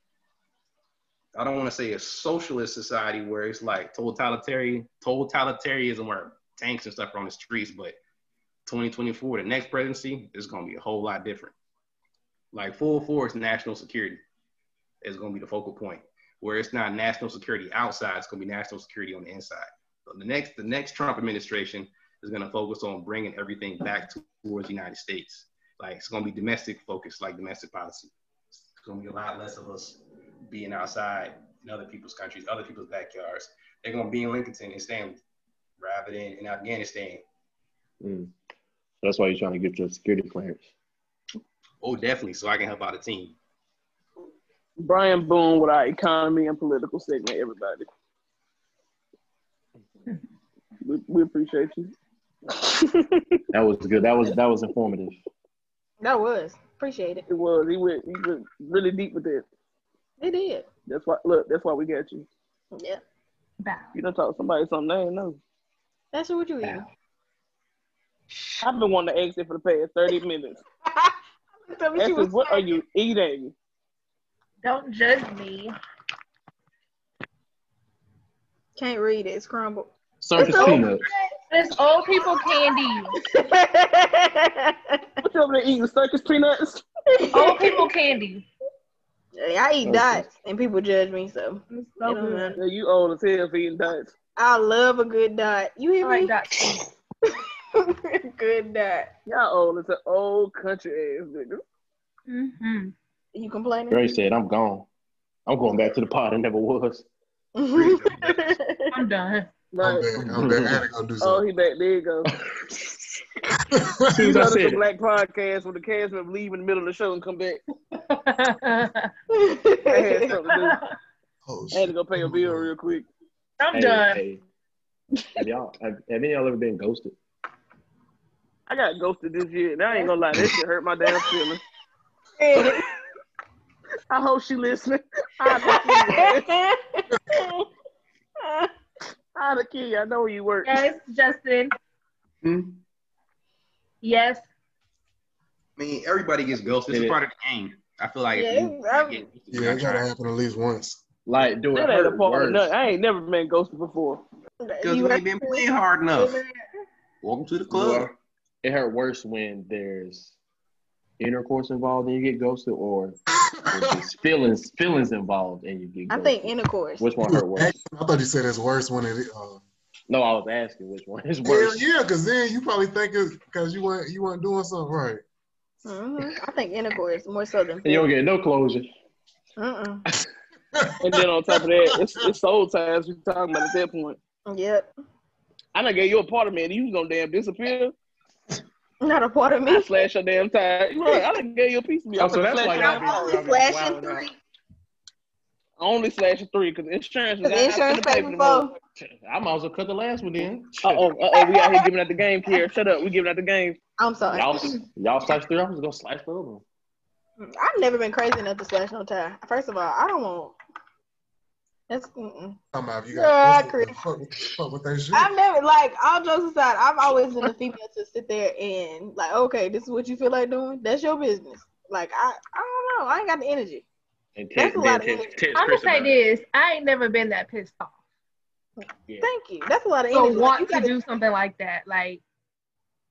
F: I don't want to say a socialist society where it's like totalitarian, totalitarianism where tanks and stuff are on the streets, but 2024, the next presidency, is going to be a whole lot different. Like full force national security is going to be the focal point, where it's not national security outside, it's going to be national security on the inside. So the next, the next Trump administration is going to focus on bringing everything back to- towards the United States. Like it's going to be domestic focused, like domestic policy. It's going to be a lot less of us being outside in other people's countries, other people's backyards. They're going to be in Lincoln and staying rather than in Afghanistan
C: Mm. That's why you're trying to get your security clearance.
F: Oh, definitely. So I can help out a team.
A: Brian Boone with our economy and political segment, everybody. We, we appreciate you. [laughs]
C: That was good. That was that was informative.
B: That was. Appreciate it.
A: It was. He went, he went really deep with that.
B: It did.
A: That's why, look, that's why we got you.
B: Yeah.
E: Bow.
A: You done taught somebody something they ain't know.
B: That's what you eating.
A: I've been wanting to ask it for the past 30 minutes. Ashley, what are you eating?
E: Don't judge me.
B: Can't read it. It's [laughs] crumbled.
C: Circus
E: It's
C: peanut.
E: It's old people candy.
B: I
A: What you over there eating? Circus peanuts?
E: Old people candy.
B: eat dots and people judge me, so
E: It's
B: it
E: so
B: don't
E: good.
B: matter.
A: Yeah, you old as hell for eating dots.
B: I love a good dot. You
E: I
B: hear me?
E: like that. too.
B: [laughs] good dot.
A: Y'all old as an old country ass nigga.
E: Mhm.
B: You complaining?
F: [laughs]
C: Gray said, "I'm gone. I'm going back to the pot. I
B: [laughs]
C: never was."
E: I'm done.
D: I'm [laughs]
A: Right.
D: back. I'm back. I had to go do
A: Oh,
D: something.
A: he back. There you
C: [laughs]
A: go.
C: Soon
A: You know this
C: as I
A: is
C: said
A: a
C: it.
A: black podcast when the cast member leave in the middle of the show and come back. I [laughs] had something to do.
E: I'm
D: [laughs] Oh,
A: I had to
D: shit.
A: go pay a bill real quick.
E: done.
C: Hey, hey. Have y'all have, have any of y'all ever been ghosted?
A: I got ghosted this year, and I ain't gonna lie, that shit hurt my damn feelings. I hope she listening. I'd
E: Uh,
A: have
B: [laughs]
A: killed you. I know where you work.
E: Yes, Justin.
C: Hmm?
E: Yes.
F: I mean, everybody gets ghosted. It's
C: Yeah.
F: a part of the game. I feel like
B: Yeah,
F: if you,
B: I'm-
F: you
D: Yeah, it gotta happen at least once.
C: Like, do it
A: That ain't a
C: hurt
A: part of
C: worse?
A: nothing. I ain't never been ghosted before.
F: because we ain't been playing hard enough. Welcome to the club.
C: Or It hurt worse when there's intercourse involved and you get ghosted, or when
B: [laughs]
C: there's feelings feelings involved and you get.
B: I
C: Ghosted.
B: think intercourse.
C: Which one hurt worse?
D: I thought you said it's worse when it. Uh,
C: No, I was asking which one is
D: hell
C: worse.
D: yeah, because then you probably think it's because you weren't you weren't doing something right.
B: Mhm. I think intercourse more so than.
C: And you don't get no closure.
B: Mm-mm.
A: And then on top of that, it's, it's soul ties we talking about at that point.
B: Yep.
A: I done gave you a part of me, and you was gonna damn disappear.
B: Not a part of me.
A: I slash your damn tie. You right, I done gave you a piece of me.
C: Oh,
A: I'm
C: so that's
A: slash
C: why
A: it
C: y'all
A: out.
B: [laughs] I'm only
C: been- y'all been
B: slashing
C: wilding out.
B: three.
A: I only slash a three because insurance was
B: The insurance
A: I, I
B: paid for.
C: I might as well cut the last one then.
A: Uh oh, uh oh, we out here giving out the game, Kier. Shut up, we giving out the game.
B: I'm sorry.
C: Y'all, y'all slice through. I was gonna slice through them.
B: I've never been crazy enough to slash no tie. First of all, I don't want. That's. Mm-mm.
D: Talking about if you
B: Yeah,
D: got
B: Chris.
D: fuck, with- fuck with that shit.
B: I've never like all jokes aside. I've always been a female to sit there and like, okay, this is what you feel like doing. That's your business. Like I, I don't know. I ain't got the energy.
C: And
B: That's
C: text,
B: a
C: then
B: lot of
C: text,
B: energy.
C: text
E: I'm gonna
C: Chris
E: say
C: about it.
E: this. I ain't never been that pissed off.
B: Thank you. That's a lot of
E: So
B: energy. Like,
E: want
B: you
E: to
B: gotta-
E: do something like that. Like,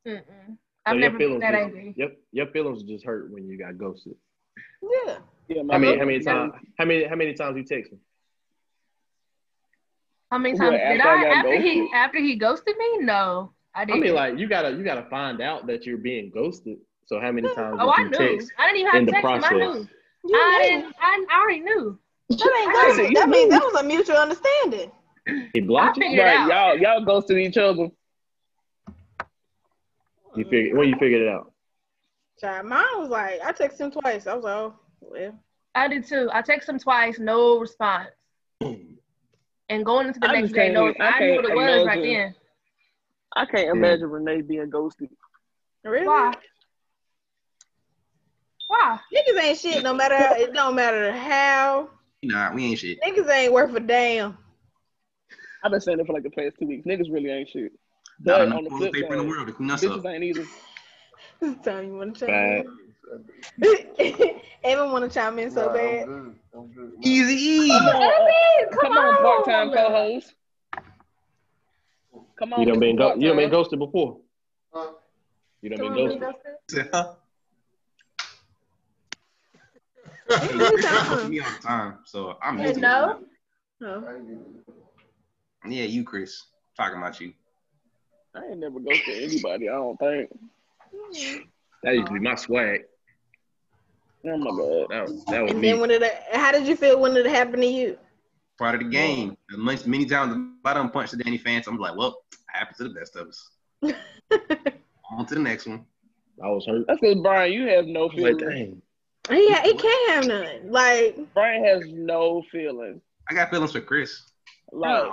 E: mm-mm.
C: So
E: I've
C: your
E: never been
C: feelings
E: that
C: just-
E: angry.
C: Yep, your feelings just hurt when you got ghosted.
B: yeah.
A: Yeah, my
C: How many?
A: brother-
C: How many times? How many? How many times you text me?
E: How many
A: Well,
E: times did
A: after I
E: I?
A: got
E: After he
A: ghosted.
E: after he ghosted me? No, I
C: I
E: didn't.
C: mean, like you gotta you gotta find out that you're being ghosted So how many times
E: Oh,
C: did
E: I
C: you
E: knew.
C: text?
E: I didn't even have
C: in
E: to
C: the
E: text him. I
C: process.
E: knew.
B: You
E: I
B: knew.
E: didn't. I, I already knew.
B: that ain't
A: said,
B: that,
A: you
B: that means
A: knew.
B: that was a mutual understanding.
C: He blocked
E: I
C: you.
E: figured it
A: Right,
E: out.
A: y'all y'all ghosted each other.
C: You figure when you figured it out.
B: Child, mine was like I texted him twice. I was like, oh, well.
E: I did too. I text him twice,
A: [clears throat]
E: no response. And going into the
A: I
E: next
A: just
E: day, no,
A: can't- I
E: I knew what it
A: can't
E: was right then.
A: imagine. I can't imagine Renee being ghosted.
B: Really?
E: Why? Why?
B: Niggas ain't shit. No matter how, it don't matter how.
F: Nah, we ain't shit.
B: Niggas ain't worth a damn.
A: I've been saying it for like the past two weeks. Niggas really ain't shit.
F: Not
A: But
F: enough
A: on the
F: toilet
A: flip
F: paper in the
A: side,
F: world to clean us up.
A: bitches ain't either.
B: This [laughs] time you want to
C: Bad.
B: chime [laughs] in. Evan want to chime in so bad.
F: Easy [laughs] E.
E: Come on, Evan, come,
A: uh, Come on, part-time
E: on.
A: co-host. Come on,
C: You done
A: Mr.
C: been go- you done been
A: part-time.
C: ghosted before. You done
E: Come
C: been
E: on, Billy
C: ghosted.
E: Dustin.
F: me all the time, so I'm
E: You
F: used to it.
E: know?
B: Oh.
F: Yeah, you, Chris. Talking about you.
A: I ain't never ghosted anybody. I don't think.
C: That used to be my swag.
A: Oh my god.
C: That was, that was
B: And
C: me.
B: then when it, how did you feel when it happened to you?
F: Part of the game. As much- many times if I don't punch the Danny fans, I'm like, well, happens to the best of us. on to the next one.
C: I was hurt.
A: That's because Brian, you have no
C: I was like,
A: feelings.
C: dang.
B: Yeah, it can't have none. Like,
A: Brian has no feelings.
F: I got feelings for Chris.
A: Like,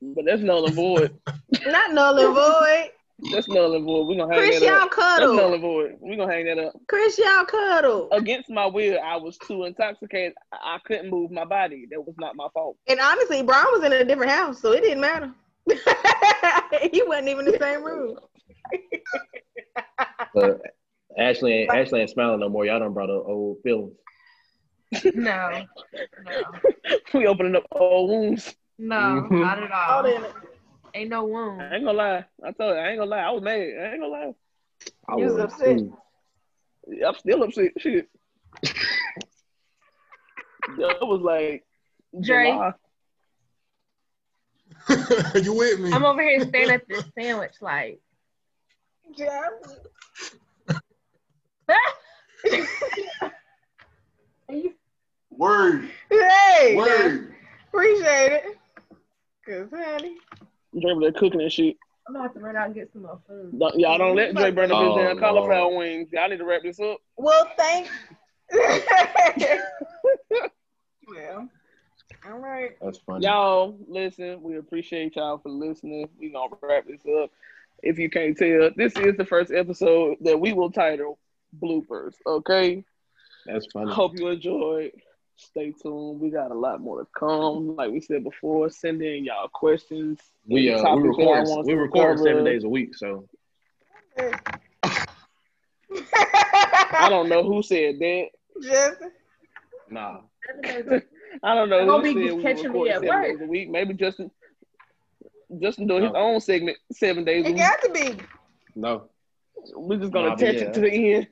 A: but that's null and void.
B: not null
A: [laughs]
B: and void.
A: That's null and void. We're gonna hang
B: Chris,
A: that up.
B: y'all
A: That's null
B: cuddle.
A: and Uh, void. We're gonna hang that up.
B: Chris, y'all cuddle.
A: Against my will, I was too intoxicated. I I couldn't move my body. That was not my fault. [laughs]
B: And honestly, Brian was in a different house, so it didn't matter. [laughs] he wasn't even in the same room.
C: But Ashley ain't, Ashley ain't smiling no more. Y'all done brought up old feelings.
E: No. No.
A: we opening up old wounds.
E: No,
F: Mhm.
E: not at
B: All in
E: all.
B: it.
E: Ain't no wound.
A: Mm-hmm. I ain't gonna lie. I told you, I ain't gonna lie. I was mad. I ain't gonna lie.
C: I
B: You was upset.
C: too.
A: I'm still upset.
C: [laughs]
A: Shit. that was like
E: Dre.
A: July.
D: [laughs] you with me?
E: I'm over here staring at this sandwich like [laughs]
B: Yeah.
H: Word.
B: [laughs] Hey, yeah,
H: Word.
B: appreciate it. Cause honey,
A: Dre was there cooking and shit.
E: I'm gonna have to run out and get some more
A: [laughs]
E: food.
A: Don't- y'all don't let Dre burn up his
C: Oh,
A: damn cauliflower
C: Lord.
A: wings. Y'all need to wrap this up.
B: well,
A: [laughs]
B: thank. well, all right.
C: That's funny.
A: Y'all, listen, we appreciate y'all for listening. We gonna wrap this up. If you can't tell, this is the first episode that we will title bloopers. Okay.
C: That's funny.
A: Hope you enjoyed. Stay tuned. We got a lot more to come. Like we said before, send in y'all questions.
C: We
A: any
C: uh, we
A: topics y'all
C: record
A: want us
C: we
A: to
C: record
A: cover.
C: seven days a week, so
A: I don't know who said that.
B: [laughs] Just
C: nah.
A: I don't know
E: I'm gonna
A: who
E: be
A: said we
E: catching me
A: record
E: at
A: seven
E: work.
A: days a week. Maybe Justin Justin doing his
C: No.
A: own segment seven days a
B: it
A: week.
B: got to be.
C: No.
A: We're just gonna
C: Nah, but
A: attach
C: yeah.
A: it to the end.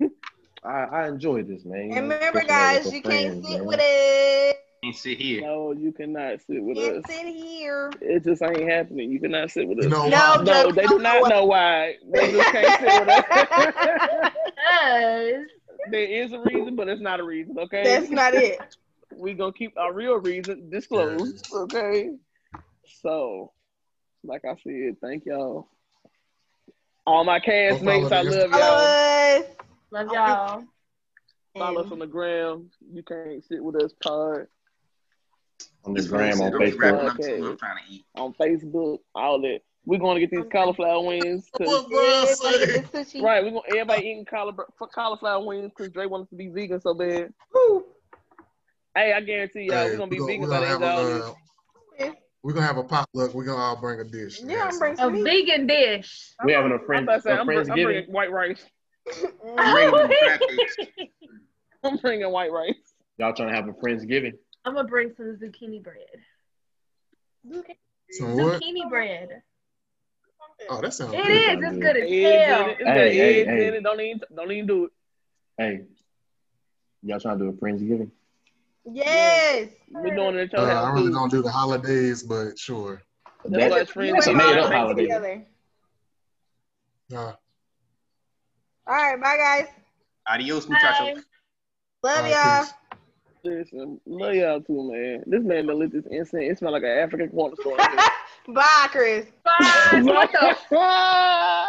C: I, I enjoy this man.
B: And remember,
C: Especially when I'm
B: guys,
C: with
B: you
C: my
B: can't
C: friends,
B: sit
C: man.
B: with it.
F: Can't sit here.
A: [laughs] No, you cannot sit with us.
B: Can't sit here.
A: It just ain't happening. You cannot sit with us.
D: You know
B: No,
D: why?
A: No,
B: Joe,
A: they do
B: don't
A: not know why. They just can't sit with
B: [laughs]
A: us.
E: Because
A: there is a reason, but it's not a reason, okay?
B: That's not it.
A: we gonna keep our real reason disclosed, okay? So, like I said, thank y'all. All my castmates, I love y'all.
B: Follow us.
E: love y'all.
A: Follow us on the gram. You can't sit with us pod
C: On the
F: This
C: gram on
F: food said, "Don't be wrapping
C: Facebook.
F: up too. I'm trying to eat.
A: on Facebook, all that. We're gonna get these cauliflower wings. 'cause-
D: What [laughs] Brian
B: Everybody
D: say?
B: get the sushi.
A: right, we're gonna everybody eating cauliflower, cauliflower wings because Dre wants to be vegan so bad.
B: Woo.
A: Hey, I guarantee y'all,
D: Hey,
A: we're gonna be
D: we gonna-
A: vegan
D: we
A: by the
D: gonna
A: end of
D: have a,
A: all this.
D: uh, We're gonna have a potluck. We're gonna all bring a dish. and
B: Yeah,
D: have
B: I'm bringing
E: A
B: some meat.
A: [laughs]
E: vegan dish.
C: We having a
A: I'm
C: friend
A: about to say,
C: a
A: I'm, br- I'm
C: friendsgiving.
A: bringing white rice. [laughs]
F: I'm
B: Mm.
F: bringing graphics.
A: I'm bringing white rice.
C: Y'all trying to have a friendsgiving?
E: I'm gonna bring some zucchini bread.
D: Some what?
E: Zucchini bread.
D: Oh, that sounds
E: It
D: good.
E: is. It's good
A: Eggs in
E: as hell.
A: it. It's got
C: Hey, hey,
A: eggs in
C: hey.
A: it. Don't even, don't even do it.
C: Hey, y'all trying to do a friendsgiving?
B: Yes.
A: We're doing it at
D: Uh,
A: your
D: I
A: house.
D: really
A: too.
D: don't do the holidays, but sure.
A: That's why
C: That,
A: it's
B: You
A: friends.
C: a
B: and
C: made-up
B: Mama
C: holiday.
B: together.
D: Uh,
B: All right, bye guys.
F: Adios,
E: Bye.
F: muchachos.
B: Love
D: All right,
B: y'all.
D: peace.
A: Listen, love y'all too, man. This man that lit this incense, it smell like an African corner store.
B: Bye, Chris.
E: Bye. What the
A: Bye.